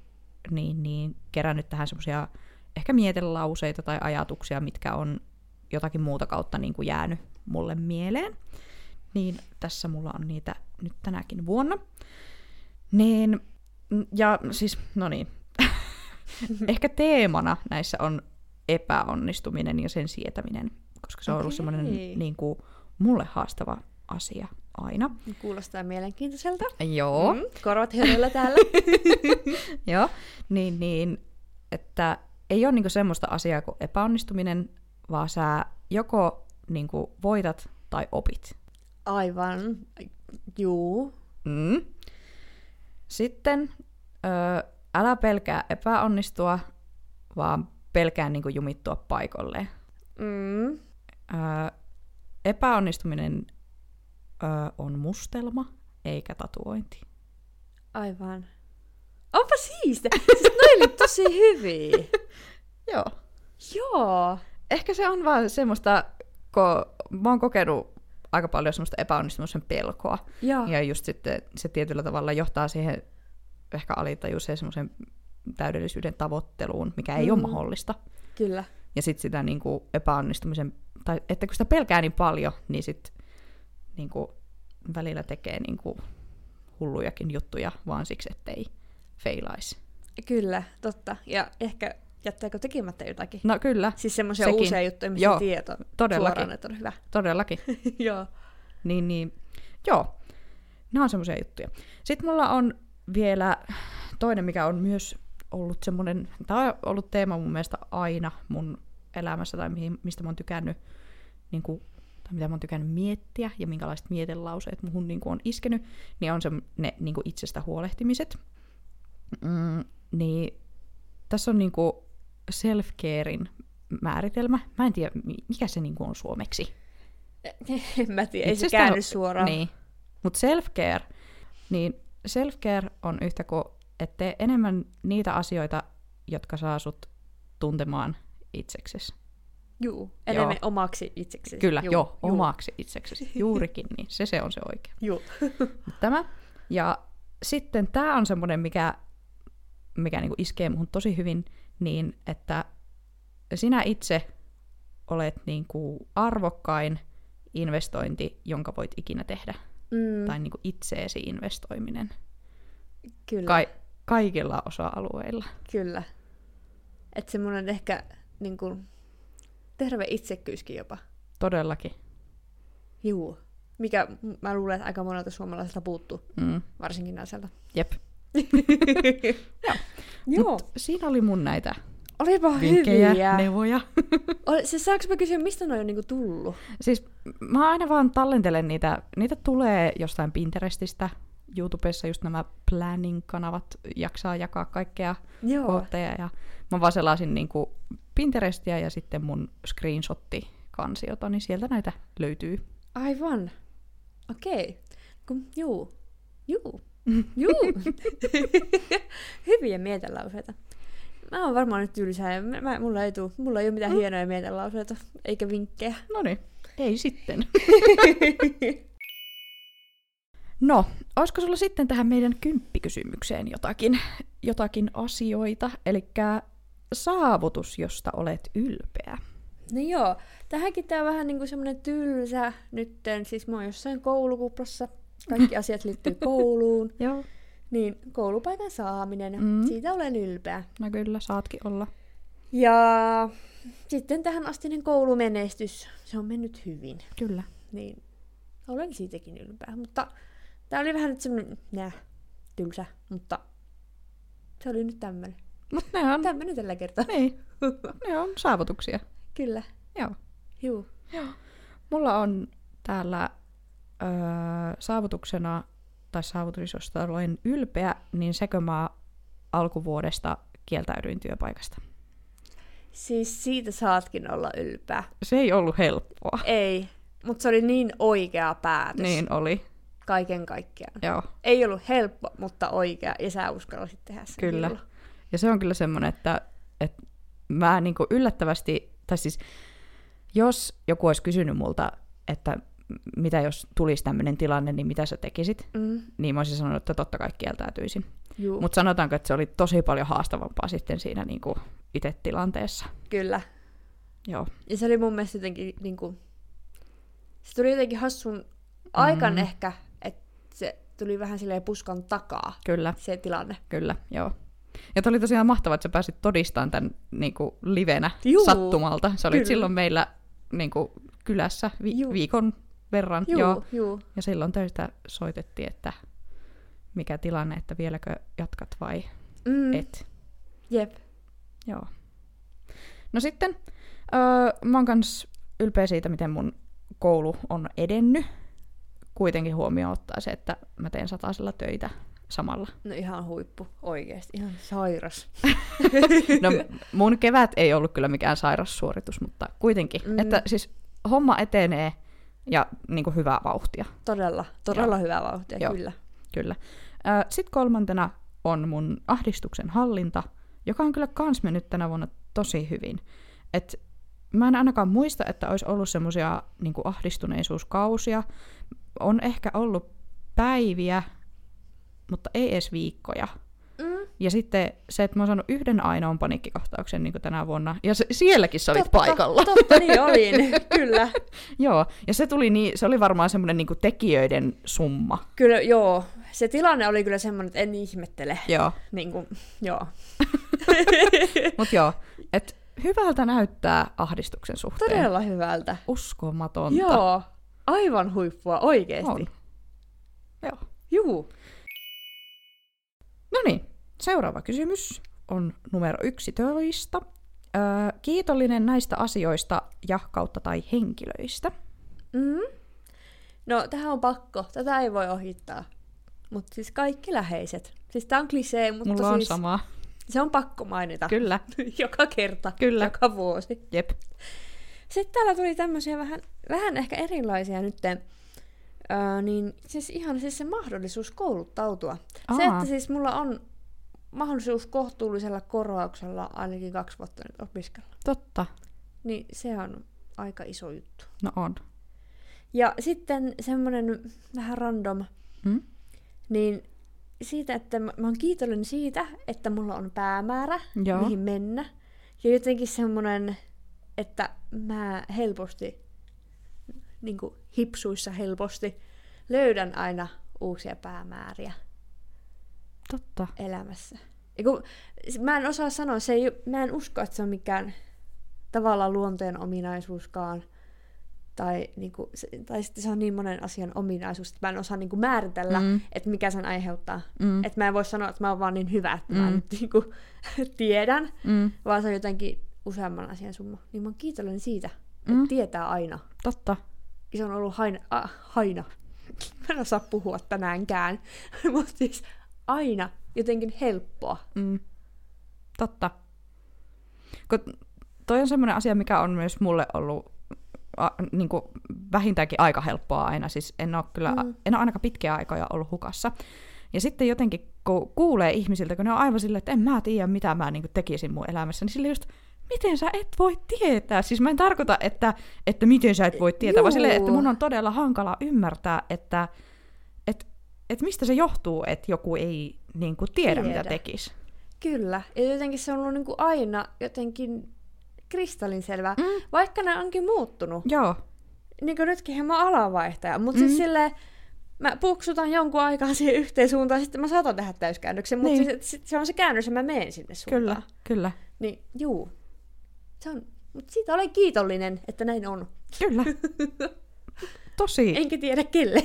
niin, niin kerännyt tähän semmoisia ehkä mietelauseita tai ajatuksia, mitkä on jotakin muuta kautta niin kuin jäänyt mulle mieleen. Niin tässä mulla on niitä nyt tänäkin vuonna. Niin, ja siis, no niin. Ehkä teemana näissä on epäonnistuminen ja sen sietäminen, koska se on ollut Okei. semmoinen niin kuin mulle haastava asia aina. Kuulostaa mielenkiintoiselta. Joo. Mm, korvat höröllä täällä. Joo, niin, niin että ei ole niinku semmoista asiaa kuin epäonnistuminen, vaan sä joko niinku voitat tai opit. Aivan. Juu. Mm. Sitten ö, älä pelkää epäonnistua, vaan pelkää niinku jumittua paikolle. Mm. Ö, epäonnistuminen ö, on mustelma, eikä tatuointi. Aivan. Onpa siistiä. Siis noi oli tosi hyviä. Joo. Joo. Ehkä se on vaan semmoista, kun mä oon kokenut aika paljon semmoista epäonnistumisen pelkoa. Joo. Ja just sitten se tietyllä tavalla johtaa siihen ehkä alitajuiseen semmoisen täydellisyyden tavoitteluun, mikä ei mm. ole Mm. mahdollista. Kyllä. Ja sitten sitä niin kuin epäonnistumisen, tai että kun sitä pelkää niin paljon, niin sitten niin kuin välillä tekee niin kuin hullujakin juttuja vaan siksi, ettei feilaisi. Kyllä, totta. Ja ehkä jättääkö tekemättä jotakin. No kyllä, Siis semmoisia Sekin. uusia juttuja, missä Joo, tieto todellakin. suoraan, että on hyvä. todellakin. Joo. Niin, niin. Joo, nämä on semmoisia juttuja. Sitten mulla on vielä toinen, mikä on myös ollut semmoinen, tämä on ollut teema mun mielestä aina mun elämässä tai mihin, mistä mä oon tykännyt, niin kuin, tai mitä mä oon tykännyt miettiä ja minkälaiset mietelauseet muhun niin kuin on iskenyt, niin on se ne niin kuin itsestä huolehtimiset. Mm, niin tässä on niin kuin self-carein määritelmä. Mä en tiedä, mi- mikä se niin kuin on suomeksi. En mä tiedä, ei se Itsestään- käänny suoraan. Niin. Mutta self-care, niin self-care on yhtä kuin, että tee enemmän niitä asioita, jotka saa sut tuntemaan itseksesi. Juu, enemmän omaksi itseksi. Kyllä, Juu, joo, joo, juu, omaksi itseksesi. Juurikin niin, se se on se oikea. Juu. Mut Tämä. Ja sitten tämä on semmoinen, mikä, mikä niinku iskee muhun tosi hyvin, niin että sinä itse olet niinku arvokkain investointi, jonka voit ikinä tehdä. Mm, tai niin kuin itseesi investoiminen kyllä, Ka- kaikilla osa-alueilla. kyllä. Että semmoinen ehkä niin kuin, terve itsekkyyskin jopa. Todellakin. Juu. Mikä m- mä luulen, että aika monelta suomalaiselta puuttuu, Mm. varsinkin naiselta. Jep. Joo. Mut siinä oli mun näitä olipa vinkkejä, Ah, hyviä. neuvoja. Oli, siis saanko mä kysyä, mistä noi on niinku tullut? Siis mä aina vaan tallentelen niitä. Niitä tulee jostain Pinterestistä. YouTubessa just nämä planning-kanavat jaksaa jakaa kaikkea Joo. kootteja. Ja mä vaan selasin niin kuin Pinterestiä ja sitten mun screenshotti-kansiota, niin sieltä näitä löytyy. Aivan. Okei. Kun, juu. Juu. Juu. Hyviä mietelauseita. Mä oon varmaan nyt tylsää. ja Mä, mä- mulla, ei tuu, mulla ei ole mitään hienoja mietelauseita, eikä vinkkejä. No niin, ei sitten. No, olisiko sulla sitten tähän meidän kymppikysymykseen jotakin, jotakin asioita? Eli saavutus, josta olet ylpeä. No joo, tähänkin tää on vähän niinku semmonen tylsä nytten, siis mä oon jossain koulukuplassa, kaikki asiat liittyy kouluun, Joo. niin koulupaikan saaminen, Mm. siitä olen ylpeä. No kyllä, saatkin olla. Ja sitten tähän astinen koulumenestys, se on mennyt hyvin, Kyllä. niin olen siitäkin ylpeä, mutta tää oli vähän nyt semmonen, nää, tylsä, mutta se oli nyt tämmönen. Mutta ne on, Tämmönen tällä kertaa, niin, ne on saavutuksia. kyllä, Joo. juu. Mulla on täällä öö, saavutuksena, tai saavutus, josta olen ylpeä, niin sekö mä alkuvuodesta kieltäydyin työpaikasta. Siis siitä saatkin olla ylpeä. Se ei ollut helppoa. Ei, mutta se oli niin oikea päätös niin. Niin oli, kaiken kaikkiaan. joo. Ei ollut helppo, mutta oikea, ja sä uskallisit tehdä sen. Kyllä. Niilo. Ja se on kyllä semmoinen, että, että mä niin yllättävästi, tai siis jos joku olisi kysynyt multa, että mitä jos tulisi tämmöinen tilanne, niin mitä sä tekisit, Mm, niin mä olisin sanonut, että totta kai kieltäytyisin. juu, Mut. Mutta sanotaanko, että se oli tosi paljon haastavampaa sitten siinä niin kuin itse tilanteessa. kyllä. Joo. Ja se oli mun mielestä jotenkin, niin kuin, se tuli jotenkin hassun Mm. aikan ehkä, että se tuli vähän silleen puskan takaa Kyllä, se tilanne. kyllä, joo. Ja toi oli tosiaan mahtavaa, että sä pääsit todistamaan tämän niin kuin livenä Juu. Juu, sattumalta. Sä olit Kyllä. kyllä. silloin meillä niin kuin kylässä vi- Juu. viikon verran. Juu, Joo. Joo. juu. Ja silloin töistä soitettiin, että mikä tilanne, että vieläkö jatkat vai Mm, mm. Et. et. Jep. Joo. No sitten, öö, mä oon kans ylpeä siitä, miten mun koulu on edennyt. Kuitenkin huomioon ottaa se, että mä teen satasella töitä samalla. No ihan huippu, oikeesti. Ihan sairas. No mun kevät ei ollut kyllä mikään sairas suoritus, mutta kuitenkin. Mm. Mm. Että siis homma etenee ja niin kuin hyvää vauhtia, Todella, todella hyvää vauhtia, Joo. kyllä. kyllä. Sitten kolmantena on mun ahdistuksen hallinta, joka on kyllä kans mennyt tänä vuonna tosi hyvin. Et mä en ainakaan muista, että olisi ollut semmoisia niin ahdistuneisuuskausia. On ehkä ollut päiviä, mutta ei edes viikkoja. Mm, Ja sitten se, että mä oon saanut yhden ainoan paniikkikohtauksen niin tänä vuonna. Ja se, sielläkin sä olit Totta, paikalla. Totta, niin olin, kyllä. Joo, ja se, tuli niin, se oli varmaan semmoinen niin tekijöiden summa. Kyllä, joo. Se tilanne oli kyllä semmoinen, että en ihmettele. Joo. Niin kuin, joo. Mutta joo, et hyvältä näyttää ahdistuksen suhteen. Todella hyvältä. Uskomatonta. Joo. Aivan huippua, oikeesti. On. Joo. Juu. No niin, seuraava kysymys on numero 11. Öö, kiitollinen näistä asioista ja kautta tai henkilöistä. Mm. No, tähän on pakko. Tätä ei voi ohittaa. Mutta siis kaikki läheiset. Siis tää on klisee, mutta Mulla on siis sama. se on pakko mainita. Kyllä, joka kerta, Kyllä. joka vuosi. jep. Sitten täällä tuli tämmöisiä vähän, vähän ehkä erilaisia nytten. Öö, niin siis ihan siis se mahdollisuus kouluttautua. Aa. Se, Aa. että siis mulla on mahdollisuus kohtuullisella korvauksella ainakin kaksi vuotta nyt opiskella. Totta. Niin se on aika iso juttu. No on. Ja sitten semmonen vähän random, Hmm? niin siitä, että mä mä oon kiitollinen siitä, että mulla on päämäärä, Joo. mihin mennä. Ja jotenkin semmonen, että mä helposti, niin kuin hipsuissa helposti, löydän aina uusia päämääriä Totta. elämässä. Ja kun, s- mä en osaa sanoa, se ei, mä en usko, että se on mikään tavallaan luonteen ominaisuuskaan. Tai, niin kuin, se, tai sitten se on niin monen asian ominaisuus, että mä en osaa niin kuin määritellä, mm. Mm. että mikä sen aiheuttaa. Mm. Että mä en voi sanoa, että mä oon vaan niin hyvä, että mm. mä Mm. nyt niin kuin, tiedän, Mm. vaan se on jotenkin useamman asian summa. Niin mä oon kiitollinen siitä, että mm. Mm. tietää aina. Totta. Ja se on ollut haina, a, haina. Mä en osaa puhua tänäänkään. Mutta siis aina jotenkin helppoa. Mm. Totta. Kun toi on semmoinen asia, mikä on myös mulle ollut a, niin kuin vähintäänkin aika helppoa aina. Siis en ole kyllä, Mm. mm. en ole ainakaan pitkiä aikoja ollut hukassa. Ja sitten jotenkin kun kuulee ihmisiltä, kun ne on aivan silleen, että en mä tiedä, mitä mä niin kuin tekisin mun elämässä, niin sille just, miten sä et voi tietää? Siis mä en tarkoita, että, että miten sä et voi tietää, Juu. vaan silleen, Juu. että mun on todella hankala ymmärtää, että, että että mistä se johtuu, että joku ei niin kuin, tiedä, tiedä, mitä Tiedä. tekisi. Kyllä. Ja jotenkin se on ollut niin kuin aina jotenkin kristallinselvää. Mm. Vaikka nämä onkin muuttunut. Joo, Niin kuin nytkin hieman alavaihtaja. Mutta mm. siis Mm. silleen, mä puksutan jonkun aikaa siihen yhteen suuntaan, sitten mä saatan tehdä täyskäännöksen. Mutta Niin. niin. siis, et se on se käännös, ja mä menen sinne suuntaan. kyllä, kyllä, Niin, juu. Se on... Mutta siitä olen kiitollinen, että näin on. kyllä. Tosi. Enkä tiedä kelle.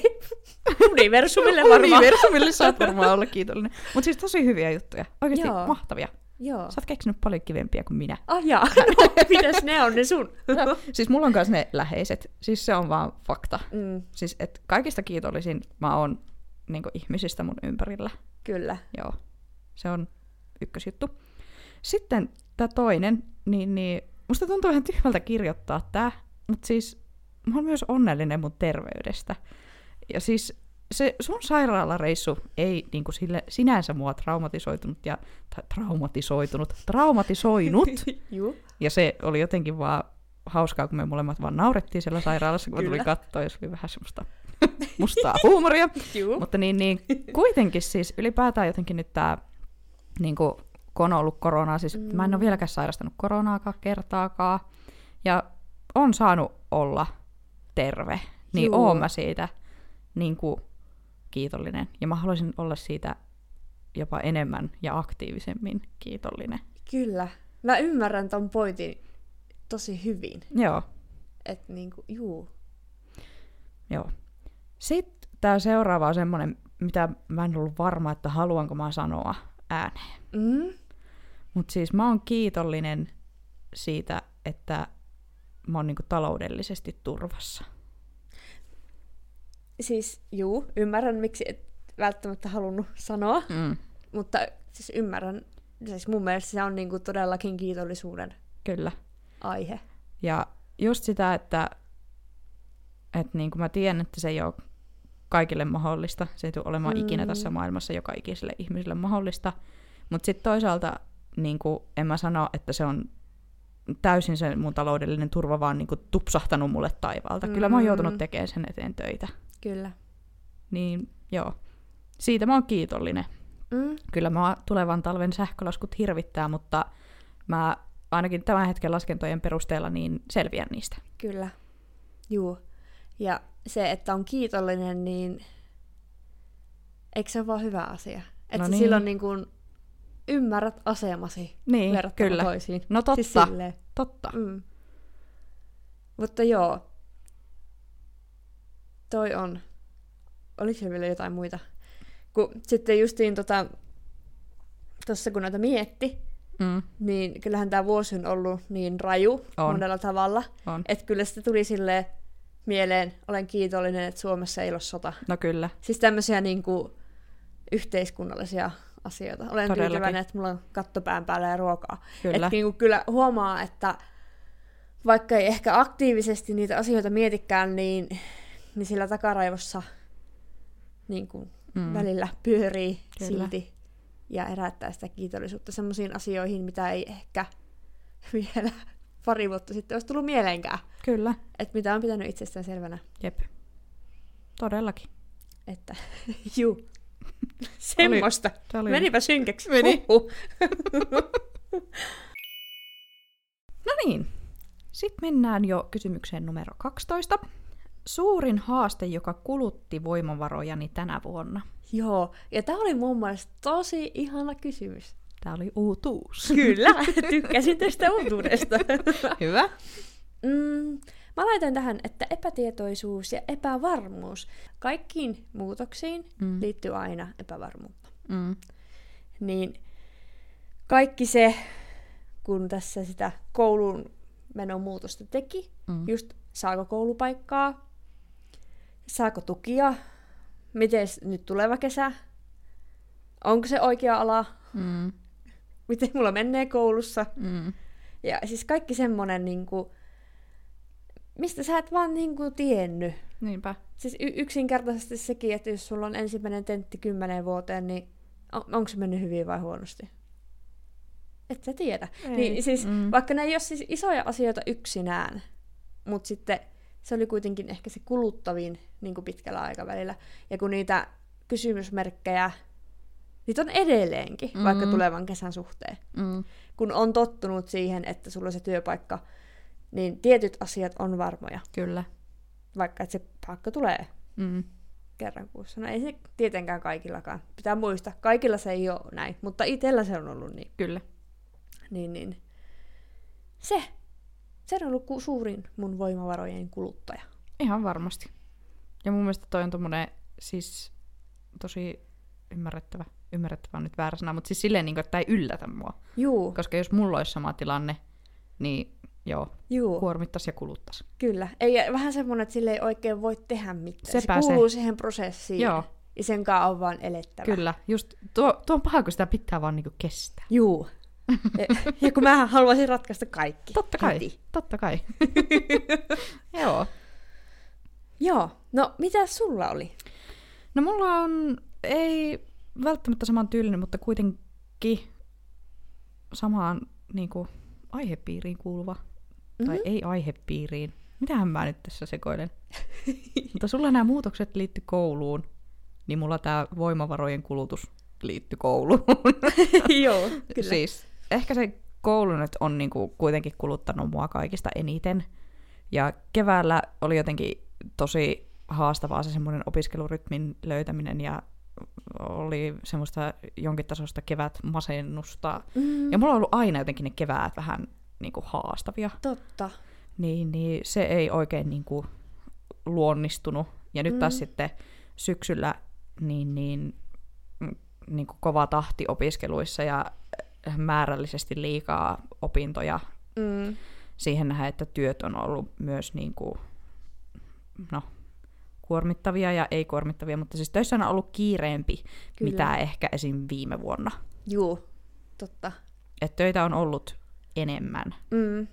Universumille varmaan. Universumille saat varmaan olla kiitollinen. Mutta siis tosi hyviä juttuja. Oikeasti Joo. mahtavia. Joo. Sä oot keksinyt paljon kivempiä kuin minä. Ah jaa, no, mitäs ne on ne sun? siis mulla on myös ne läheiset. Siis se on vaan fakta. Mm, Siis et kaikista kiitollisin mä oon niin ihmisistä mun ympärillä. kyllä. Joo. Se on ykkösjuttu. Sitten tämä toinen, niin, niin musta tuntuu ihan tyhmältä kirjoittaa tämä, mutta siis mä oon myös onnellinen mun terveydestä. Ja siis se sun sairaalareissu ei niin kuin sille, sinänsä mua traumatisoitunut ja tai traumatisoitunut, traumatisoinut. Juu. Ja se oli jotenkin vaan hauskaa, kun me molemmat vaan naurettiin siellä sairaalassa, kun mä tulin Kyllä. kattoon, ja se oli vähän semmoista mustaa huumoria. Juu. Mutta niin, niin kuitenkin siis ylipäätään jotenkin nyt tämä, niin kuin, kun on ollut koronaa, siis mm. mä en ole vieläkään sairastanut koronaakaan kertaakaan, ja on saanut olla terve, niin Juu. oon mä siitä niin kuin, kiitollinen. Ja mä haluaisin olla siitä jopa enemmän ja aktiivisemmin kiitollinen. Kyllä. Mä ymmärrän ton pointin tosi hyvin. Joo. Et niinku, juu. Joo. Sitten tämä seuraava on semmoinen, mitä mä en ollut varma, että haluanko mä sanoa ääneen. Mm? Mutta siis mä oon kiitollinen siitä, että mä oon niinku taloudellisesti turvassa. Siis juu, ymmärrän miksi et välttämättä halunnut sanoa, Mm. mutta siis ymmärrän. Siis mun mielestä se on niinku todellakin kiitollisuuden Kyllä. aihe. Ja just sitä, että, että niin kuin mä tiedän, että se ei ole kaikille mahdollista. Se ei tule olemaan mm. ikinä Mm. tässä maailmassa joka ikiselle ihmiselle mahdollista. Mutta sitten toisaalta niin kuin en mä sano, että se on täysin se mun taloudellinen turva vaan niin kuin tupsahtanut mulle taivaalta. Mm. Kyllä mä oon joutunut Mm. tekemään sen eteen töitä. Kyllä. Niin joo, siitä mä oon kiitollinen. Mm? Kyllä mä tulevan talven sähkölaskut hirvittää, mutta mä ainakin tämän hetken laskentojen perusteella niin selviän niistä. Kyllä. Juu. Ja se, että on kiitollinen, niin eikö se ole vaan hyvä asia? Että No no niin. niin. silloin niin kuin ymmärrät asemasi Niin, verrattuna kyllä. toisiin. No totta, Siis siis silleen. totta. Mm. Mutta joo. Toi on. Oliko se vielä jotain muita? Kun sitten justiin tota, tossa kun näitä mietti, Mm, niin kyllähän tämä vuosi on ollut niin raju On. monella tavalla. on. Että kyllä sitä tuli silleen mieleen, olen kiitollinen, että Suomessa ei ole sota. No kyllä, Siis tämmöisiä niin kuin, yhteiskunnallisia asioita. Olen Todellakin. Todellakin. tyytyväinen, että mulla on katto pään päällä ja ruokaa. Kyllä. Et, niin kuin, kyllä huomaa, että vaikka ei ehkä aktiivisesti niitä asioita mietikään, niin, niin sillä takaraivossa niin kuin, Mm. mm. välillä pyörii Kyllä. kyllä. silti ja herättää sitä kiitollisuutta semmoisiin asioihin, mitä ei ehkä vielä pari vuotta sitten olisi tullut mieleenkään. kyllä. Että mitä on pitänyt itsestään selvänä. Jep. Todellakin. Että juu. Semmoista. Se oli... Menipä synkäksi. Meni. Huhhuh. No niin. Sitten mennään jo kysymykseen numero 12. Suurin haaste, joka kulutti voimavarojani tänä vuonna. Joo, ja tämä oli mun mielestä tosi ihana kysymys. Tämä oli uutuus. Kyllä, tykkäsin tästä uutuudesta. Hyvä. mm, mä laitan tähän, että epätietoisuus ja epävarmuus. Kaikkiin muutoksiin Mm. liittyy aina epävarmuutta. Mm. Niin kaikki se, kun tässä sitä koulun menon muutosta teki, Mm. just saako koulupaikkaa, saako tukia, miten nyt tuleva kesä, onko se oikea ala, Mm. miten mulla menee koulussa. Mm. Ja siis kaikki semmonen, niinku, mistä sä et vaan niinku tiennyt. Niinpä. Siis y- yksinkertaisesti sekin, että jos sulla on ensimmäinen tentti kymmeneen vuoteen, niin on, onko se mennyt hyvin vai huonosti? Et sä tiedä. Ei. Niin, siis, Mm. mm. Vaikka ne ei ole siis isoja asioita yksinään, mutta sitten se oli kuitenkin ehkä se kuluttavin niin kuin pitkällä aikavälillä. niinku, Ja kun niitä kysymysmerkkejä, niitä on edelleenkin, mm. vaikka Mm. tulevan kesän suhteen. Mm. Kun on tottunut siihen, että sulla on se työpaikka, niin tietyt asiat on varmoja, Kyllä. vaikka että se pakko tulee Mm. kerran kuussa. No ei se tietenkään kaikillakaan. Pitää muistaa, kaikilla se ei ole näin, mutta itsellä se on ollut niin. Kyllä. niin, niin. Se, se on ollut ku- suurin mun voimavarojen kuluttaja. Ihan varmasti. Ja mun mielestä toi on tommonen siis tosi ymmärrettävä. Ymmärrettävä on nyt väärä sana, mutta siis silleen, niin kuin, että tää ei yllätä mua. Juu, Koska jos mulla olisi sama tilanne, niin joo, juu. kuormittas ja kuluttas. Kyllä. Ei, vähän semmoinen, että sille ei oikein voi tehdä mitään. Se, Sepä se se. kuuluu siihen prosessiin. Joo. Ja sen kanssa on vaan elettävä. Kyllä, just tuo, tuo on paha, kun sitä pitää vaan niinku kestää. Juu. ja, ja kun mä haluaisin ratkaista kaikki. Totta kai, Heti. totta kai. Joo. Joo. No, mitä sulla oli? No mulla on, ei välttämättä saman tyylinen, mutta kuitenkin samaan niinku, aihepiiriin kuuluva. Tai Mhm. ei aihepiiriin. Mitähän mä nyt tässä sekoilen? mutta sulla nämä muutokset liitty kouluun, niin mulla tämä voimavarojen kulutus liitty kouluun. Joo, kyllä. Siis ehkä se koulu nyt on niinku kuitenkin kuluttanut mua kaikista eniten. Ja keväällä oli jotenkin tosi haastavaa se semmoinen opiskelurytmin löytäminen ja oli semmoista jonkin tasosta kevätmasennusta. Mm, Ja mulla on ollut aina jotenkin ne keväät vähän niinku haastavia. totta. Niin, niin se ei oikein niinku luonnistunut. Ja nyt taas Mm. sitten syksyllä niin, niin, mm, niinku kova tahti opiskeluissa ja äh, määrällisesti liikaa opintoja Mm, siihen nähden, että työt on ollut myös niinku, no, kuormittavia ja ei kuormittavia, mutta siis töissä on ollut kiireempi, Kyllä. Kyllä. mitä ehkä esim. viime vuonna. juu, totta. Et töitä on ollut enemmän. Mm,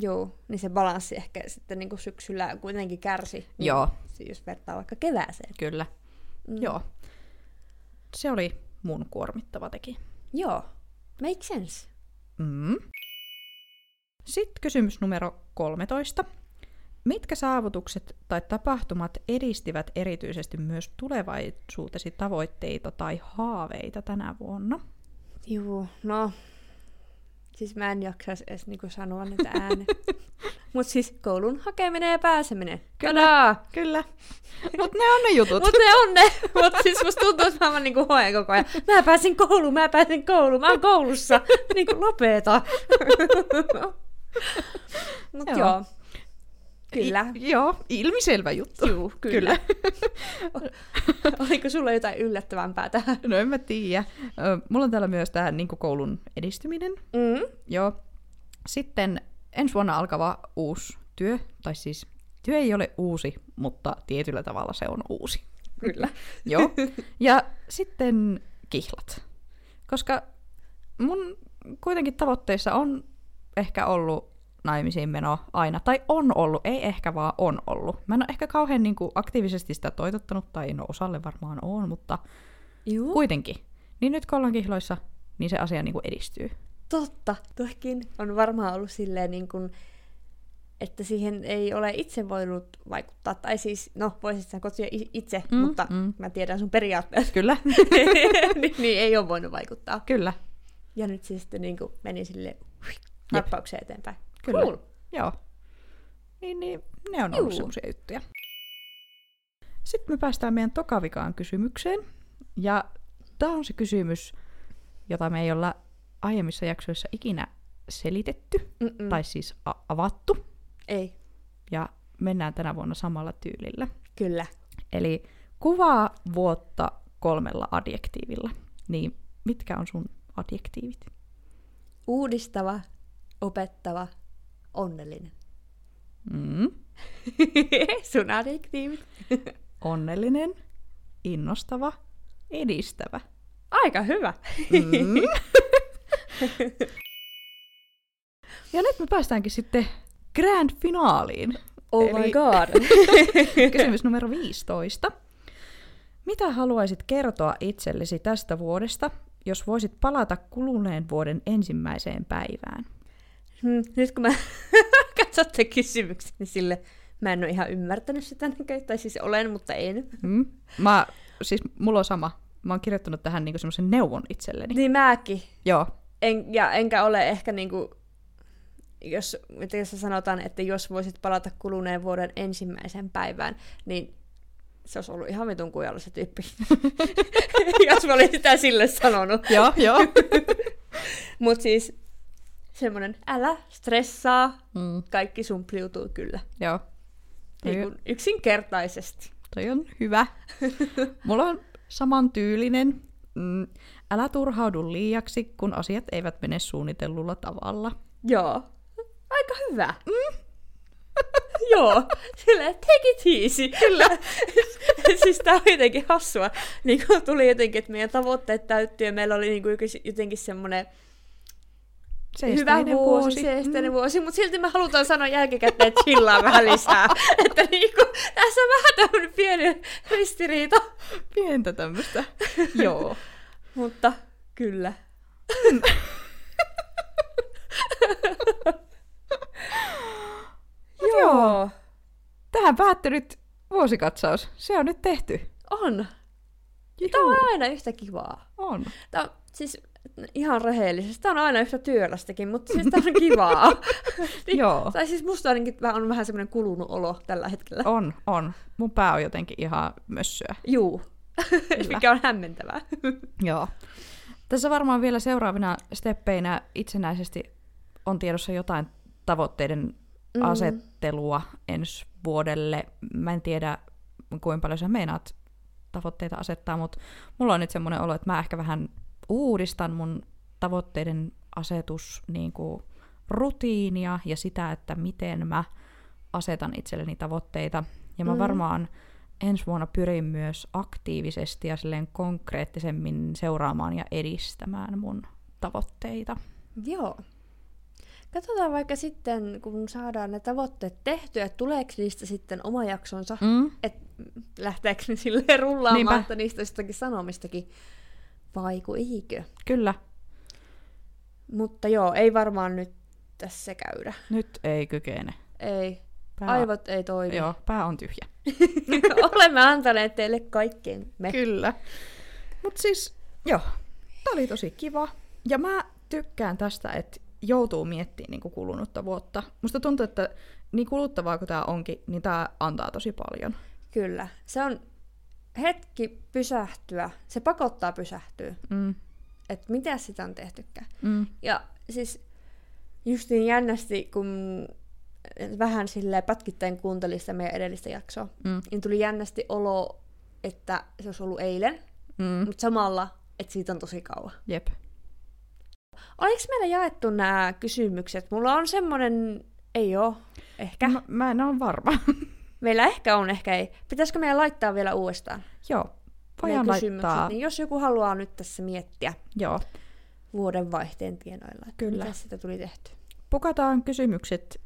juu, niin se balanssi ehkä sitten niin syksyllä kuitenkin kärsi. Niin Joo. se Jos vertaa vaikka kevääseen. Kyllä. Mm. Joo. Se oli mun kuormittava teki. Joo. Make sense. Mm. Sitten kysymys numero 13. Mitkä saavutukset tai tapahtumat edistivät erityisesti myös tulevaisuutesi tavoitteita tai haaveita tänä vuonna? Juu, no. Siis mä en jaksaisi edes niinku sanoa niitä ääneen. Mut siis koulun hakeminen ja pääseminen. Kyllä. Kyllä. Mutta ne on ne jutut. Mut ne on ne. Mut siis musta tuntuu, että mä vaan niinku hoen koko ajan. Mä pääsin kouluun, mä pääsin kouluun, mä oon koulussa. niinku lopeta. Mut joo. Joo. Kyllä. I, joo, ilmiselvä juttu. Juu, kyllä. Oliko sulla jotain yllättävämpää tähän? No en mä tiedä. Ö, Mulla on täällä myös tämä niin koulun edistyminen. Mm. Joo. Sitten ensi vuonna alkava uusi työ, tai siis työ ei ole uusi, mutta tietyllä tavalla se on uusi. Kyllä. Joo. Ja sitten kihlat. Koska mun kuitenkin tavoitteissa on ehkä ollut naimisiin meno aina, tai on ollut, ei ehkä vaan on ollut. Mä en ole ehkä kauhean niin kuin, aktiivisesti sitä toitottanut, tai no osalle varmaan on, mutta Juu. kuitenkin. Niin nyt kun ollaan kihloissa, niin se asia niin kuin, edistyy. Totta, toikin on varmaan ollut silleen niin kuin, että siihen ei ole itse voinut vaikuttaa. Tai siis, no voisit sä kotia i- itse, mm, Mm, mutta mm. mm. mä tiedän sun periaatteet. Kyllä, niin, niin ei ole voinut vaikuttaa. kyllä, Ja nyt se sitten niin kuin meni sille Jep. harppaukseen eteenpäin. Kyllä. Cool. joo. Niin, niin ne on Juu. ollut semmoisia juttuja. Sitten me päästään meidän tokavikaan kysymykseen. Ja tämä on se kysymys, jota me ei olla aiemmissa jaksoissa ikinä selitetty, mm. Mm-mm. tai siis a- avattu. Ei, Ja mennään tänä vuonna samalla tyylillä. kyllä. Eli kuvaa vuotta kolmella adjektiivilla. Niin mitkä on sun adjektiivit? Uudistava, opettava, onnellinen. Mm. sun adjektiivit. Onnellinen, innostava, edistävä. Aika hyvä. Mm. ja nyt me päästäänkin sitten grand finaaliin. Oh Eli- my god. Kysymys numero 15. Mitä haluaisit kertoa itsellesi tästä vuodesta, jos voisit palata kuluneen vuoden ensimmäiseen päivään? Hmm, nyt kun mä katsotte niin kysymyksen, niin sille mä en ole ihan ymmärtänyt sitä näköjään, tai siis olen, mutta en. Mm? Mä siis mulla on sama. Mä oon kirjoittanut tähän niinku semmoisen neuvon itselleni. Niin mäkin. Joo, En, ja enkä ole ehkä niinku, jos, miten se sanotaan, että jos voisit palata kuluneen vuoden ensimmäiseen päivään, niin se olisi ollut ihan vitun kujalla se tyyppi. jos mä olin sitä sille sanonut. joo, joo. Mutta siis semmoinen, älä stressaa, mm, kaikki sumpliutuu kyllä. joo. Toi, Niin kuin yksinkertaisesti. toi on hyvä. Mulla on samantyylinen. Mm, älä turhaudu liiaksi, kun asiat eivät mene suunnitellulla tavalla. Joo. Aika hyvä. Joo. Silleen, take it easy. Kyllä. siis tää on jotenkin hassua. Niin kun tuli jotenkin, että meidän tavoitteet täyttyy ja meillä oli niin kuin jotenkin semmoinen hyvä Seesteinen vuosi, Mm. seesteinen vuosi, mutta silti me halutaan sanoa jälkikäteen chillaa vähän lisää. että niin kuin, tässä on vähän tämmöinen pieni ristiriita. Mm, pientä tämmöstä. joo. Mutta kyllä. Mut joo. Tähän päättyi nyt vuosikatsaus. Se on nyt tehty. On. Tämä Joo. on aina yhtä kivaa. On. Tämä on siis ihan rehellisesti. Tämä on aina yhtä työlästäkin, mutta siis tämä on kivaa. Niin, Joo. Tai siis musta ainakin vähän- on vähän semmoinen kulunut olo tällä hetkellä. On, on. Mun pää on jotenkin ihan mössöä. Juu. Mikä on hämmentävää. Joo. Tässä varmaan vielä seuraavina steppeinä itsenäisesti on tiedossa jotain tavoitteiden Mm. mm. asettelua ensi vuodelle. Mä en tiedä, kuinka paljon sä meinaat tavoitteita asettaa, mutta mulla on nyt semmoinen olo, että mä ehkä vähän uudistan mun tavoitteiden asetus niin kuin rutiinia ja sitä, että miten mä asetan itselleni tavoitteita. Ja mä Mm. mm. varmaan ensi vuonna pyrin myös aktiivisesti ja silleen konkreettisemmin seuraamaan ja edistämään mun tavoitteita. Joo. Katsotaan vaikka sitten, kun saadaan ne tavoitteet tehtyä, että tuleeko niistä sitten oma jaksonsa, Mm. että lähteekö ne silleen rullaamaan, Niinpä. että niistä olisi jotakin sanomistakin, vai ku eikö. Kyllä, Mutta joo, ei varmaan nyt tässä käydä. nyt ei kykene. Ei. Pää, Aivot ei toimi. Joo, pää on tyhjä. Olemme antaneet teille kaikkeen me. Kyllä. Mutta siis, Eh. joo, tää oli tosi kiva. Ja mä tykkään tästä, että joutuu miettimään niin kulunutta vuotta. Musta tuntuu, että niin kuluttavaa kuin tämä onkin, niin tämä antaa tosi paljon. Kyllä. Se on hetki pysähtyä. Se pakottaa pysähtyä. Mm. Että mitä sitä on tehtykään. Mm. Ja siis just niin jännästi, kun vähän silleen pätkittäin kuuntelin sitä meidän edellistä jaksoa, Mm. niin tuli jännästi olo, että se olisi ollut eilen, Mm. mutta samalla, että siitä on tosi kauan. Jep. Oliko meillä jaettu nämä kysymykset? Mulla on semmonen... Ei oo. Ehkä. Mä, mä en ole varma. Meillä ehkä on, ehkä ei. Pitäisikö meidän laittaa vielä uudestaan? joo, meidän voidaan kysymykset? laittaa. Niin... Niin jos joku haluaa nyt tässä miettiä Joo. vuoden vaihteen tienoilla, että Kyllä. mitä sitä tuli tehty. Pukataan kysymykset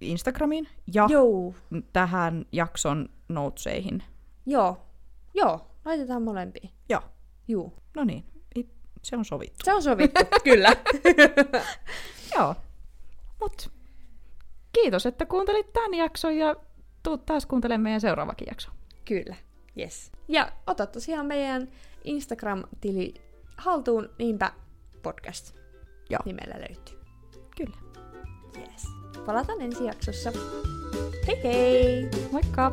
Instagramiin ja joo. Joo, tähän jakson noteseihin. joo, joo, laitetaan molempiin. Joo, Juu, no niin, it- se on sovittu. se on sovittu, kyllä. Joo. Mut kiitos, että kuuntelit tämän jakson ja tuu taas kuuntelemaan meidän seuraavakin jakso. Kyllä, yes. Ja ota tosiaan meidän Instagram-tili haltuun, niinpä podcast Joo. nimellä löytyy. Kyllä. Yes. Palataan ensi jaksossa. Hei hei! Moikka!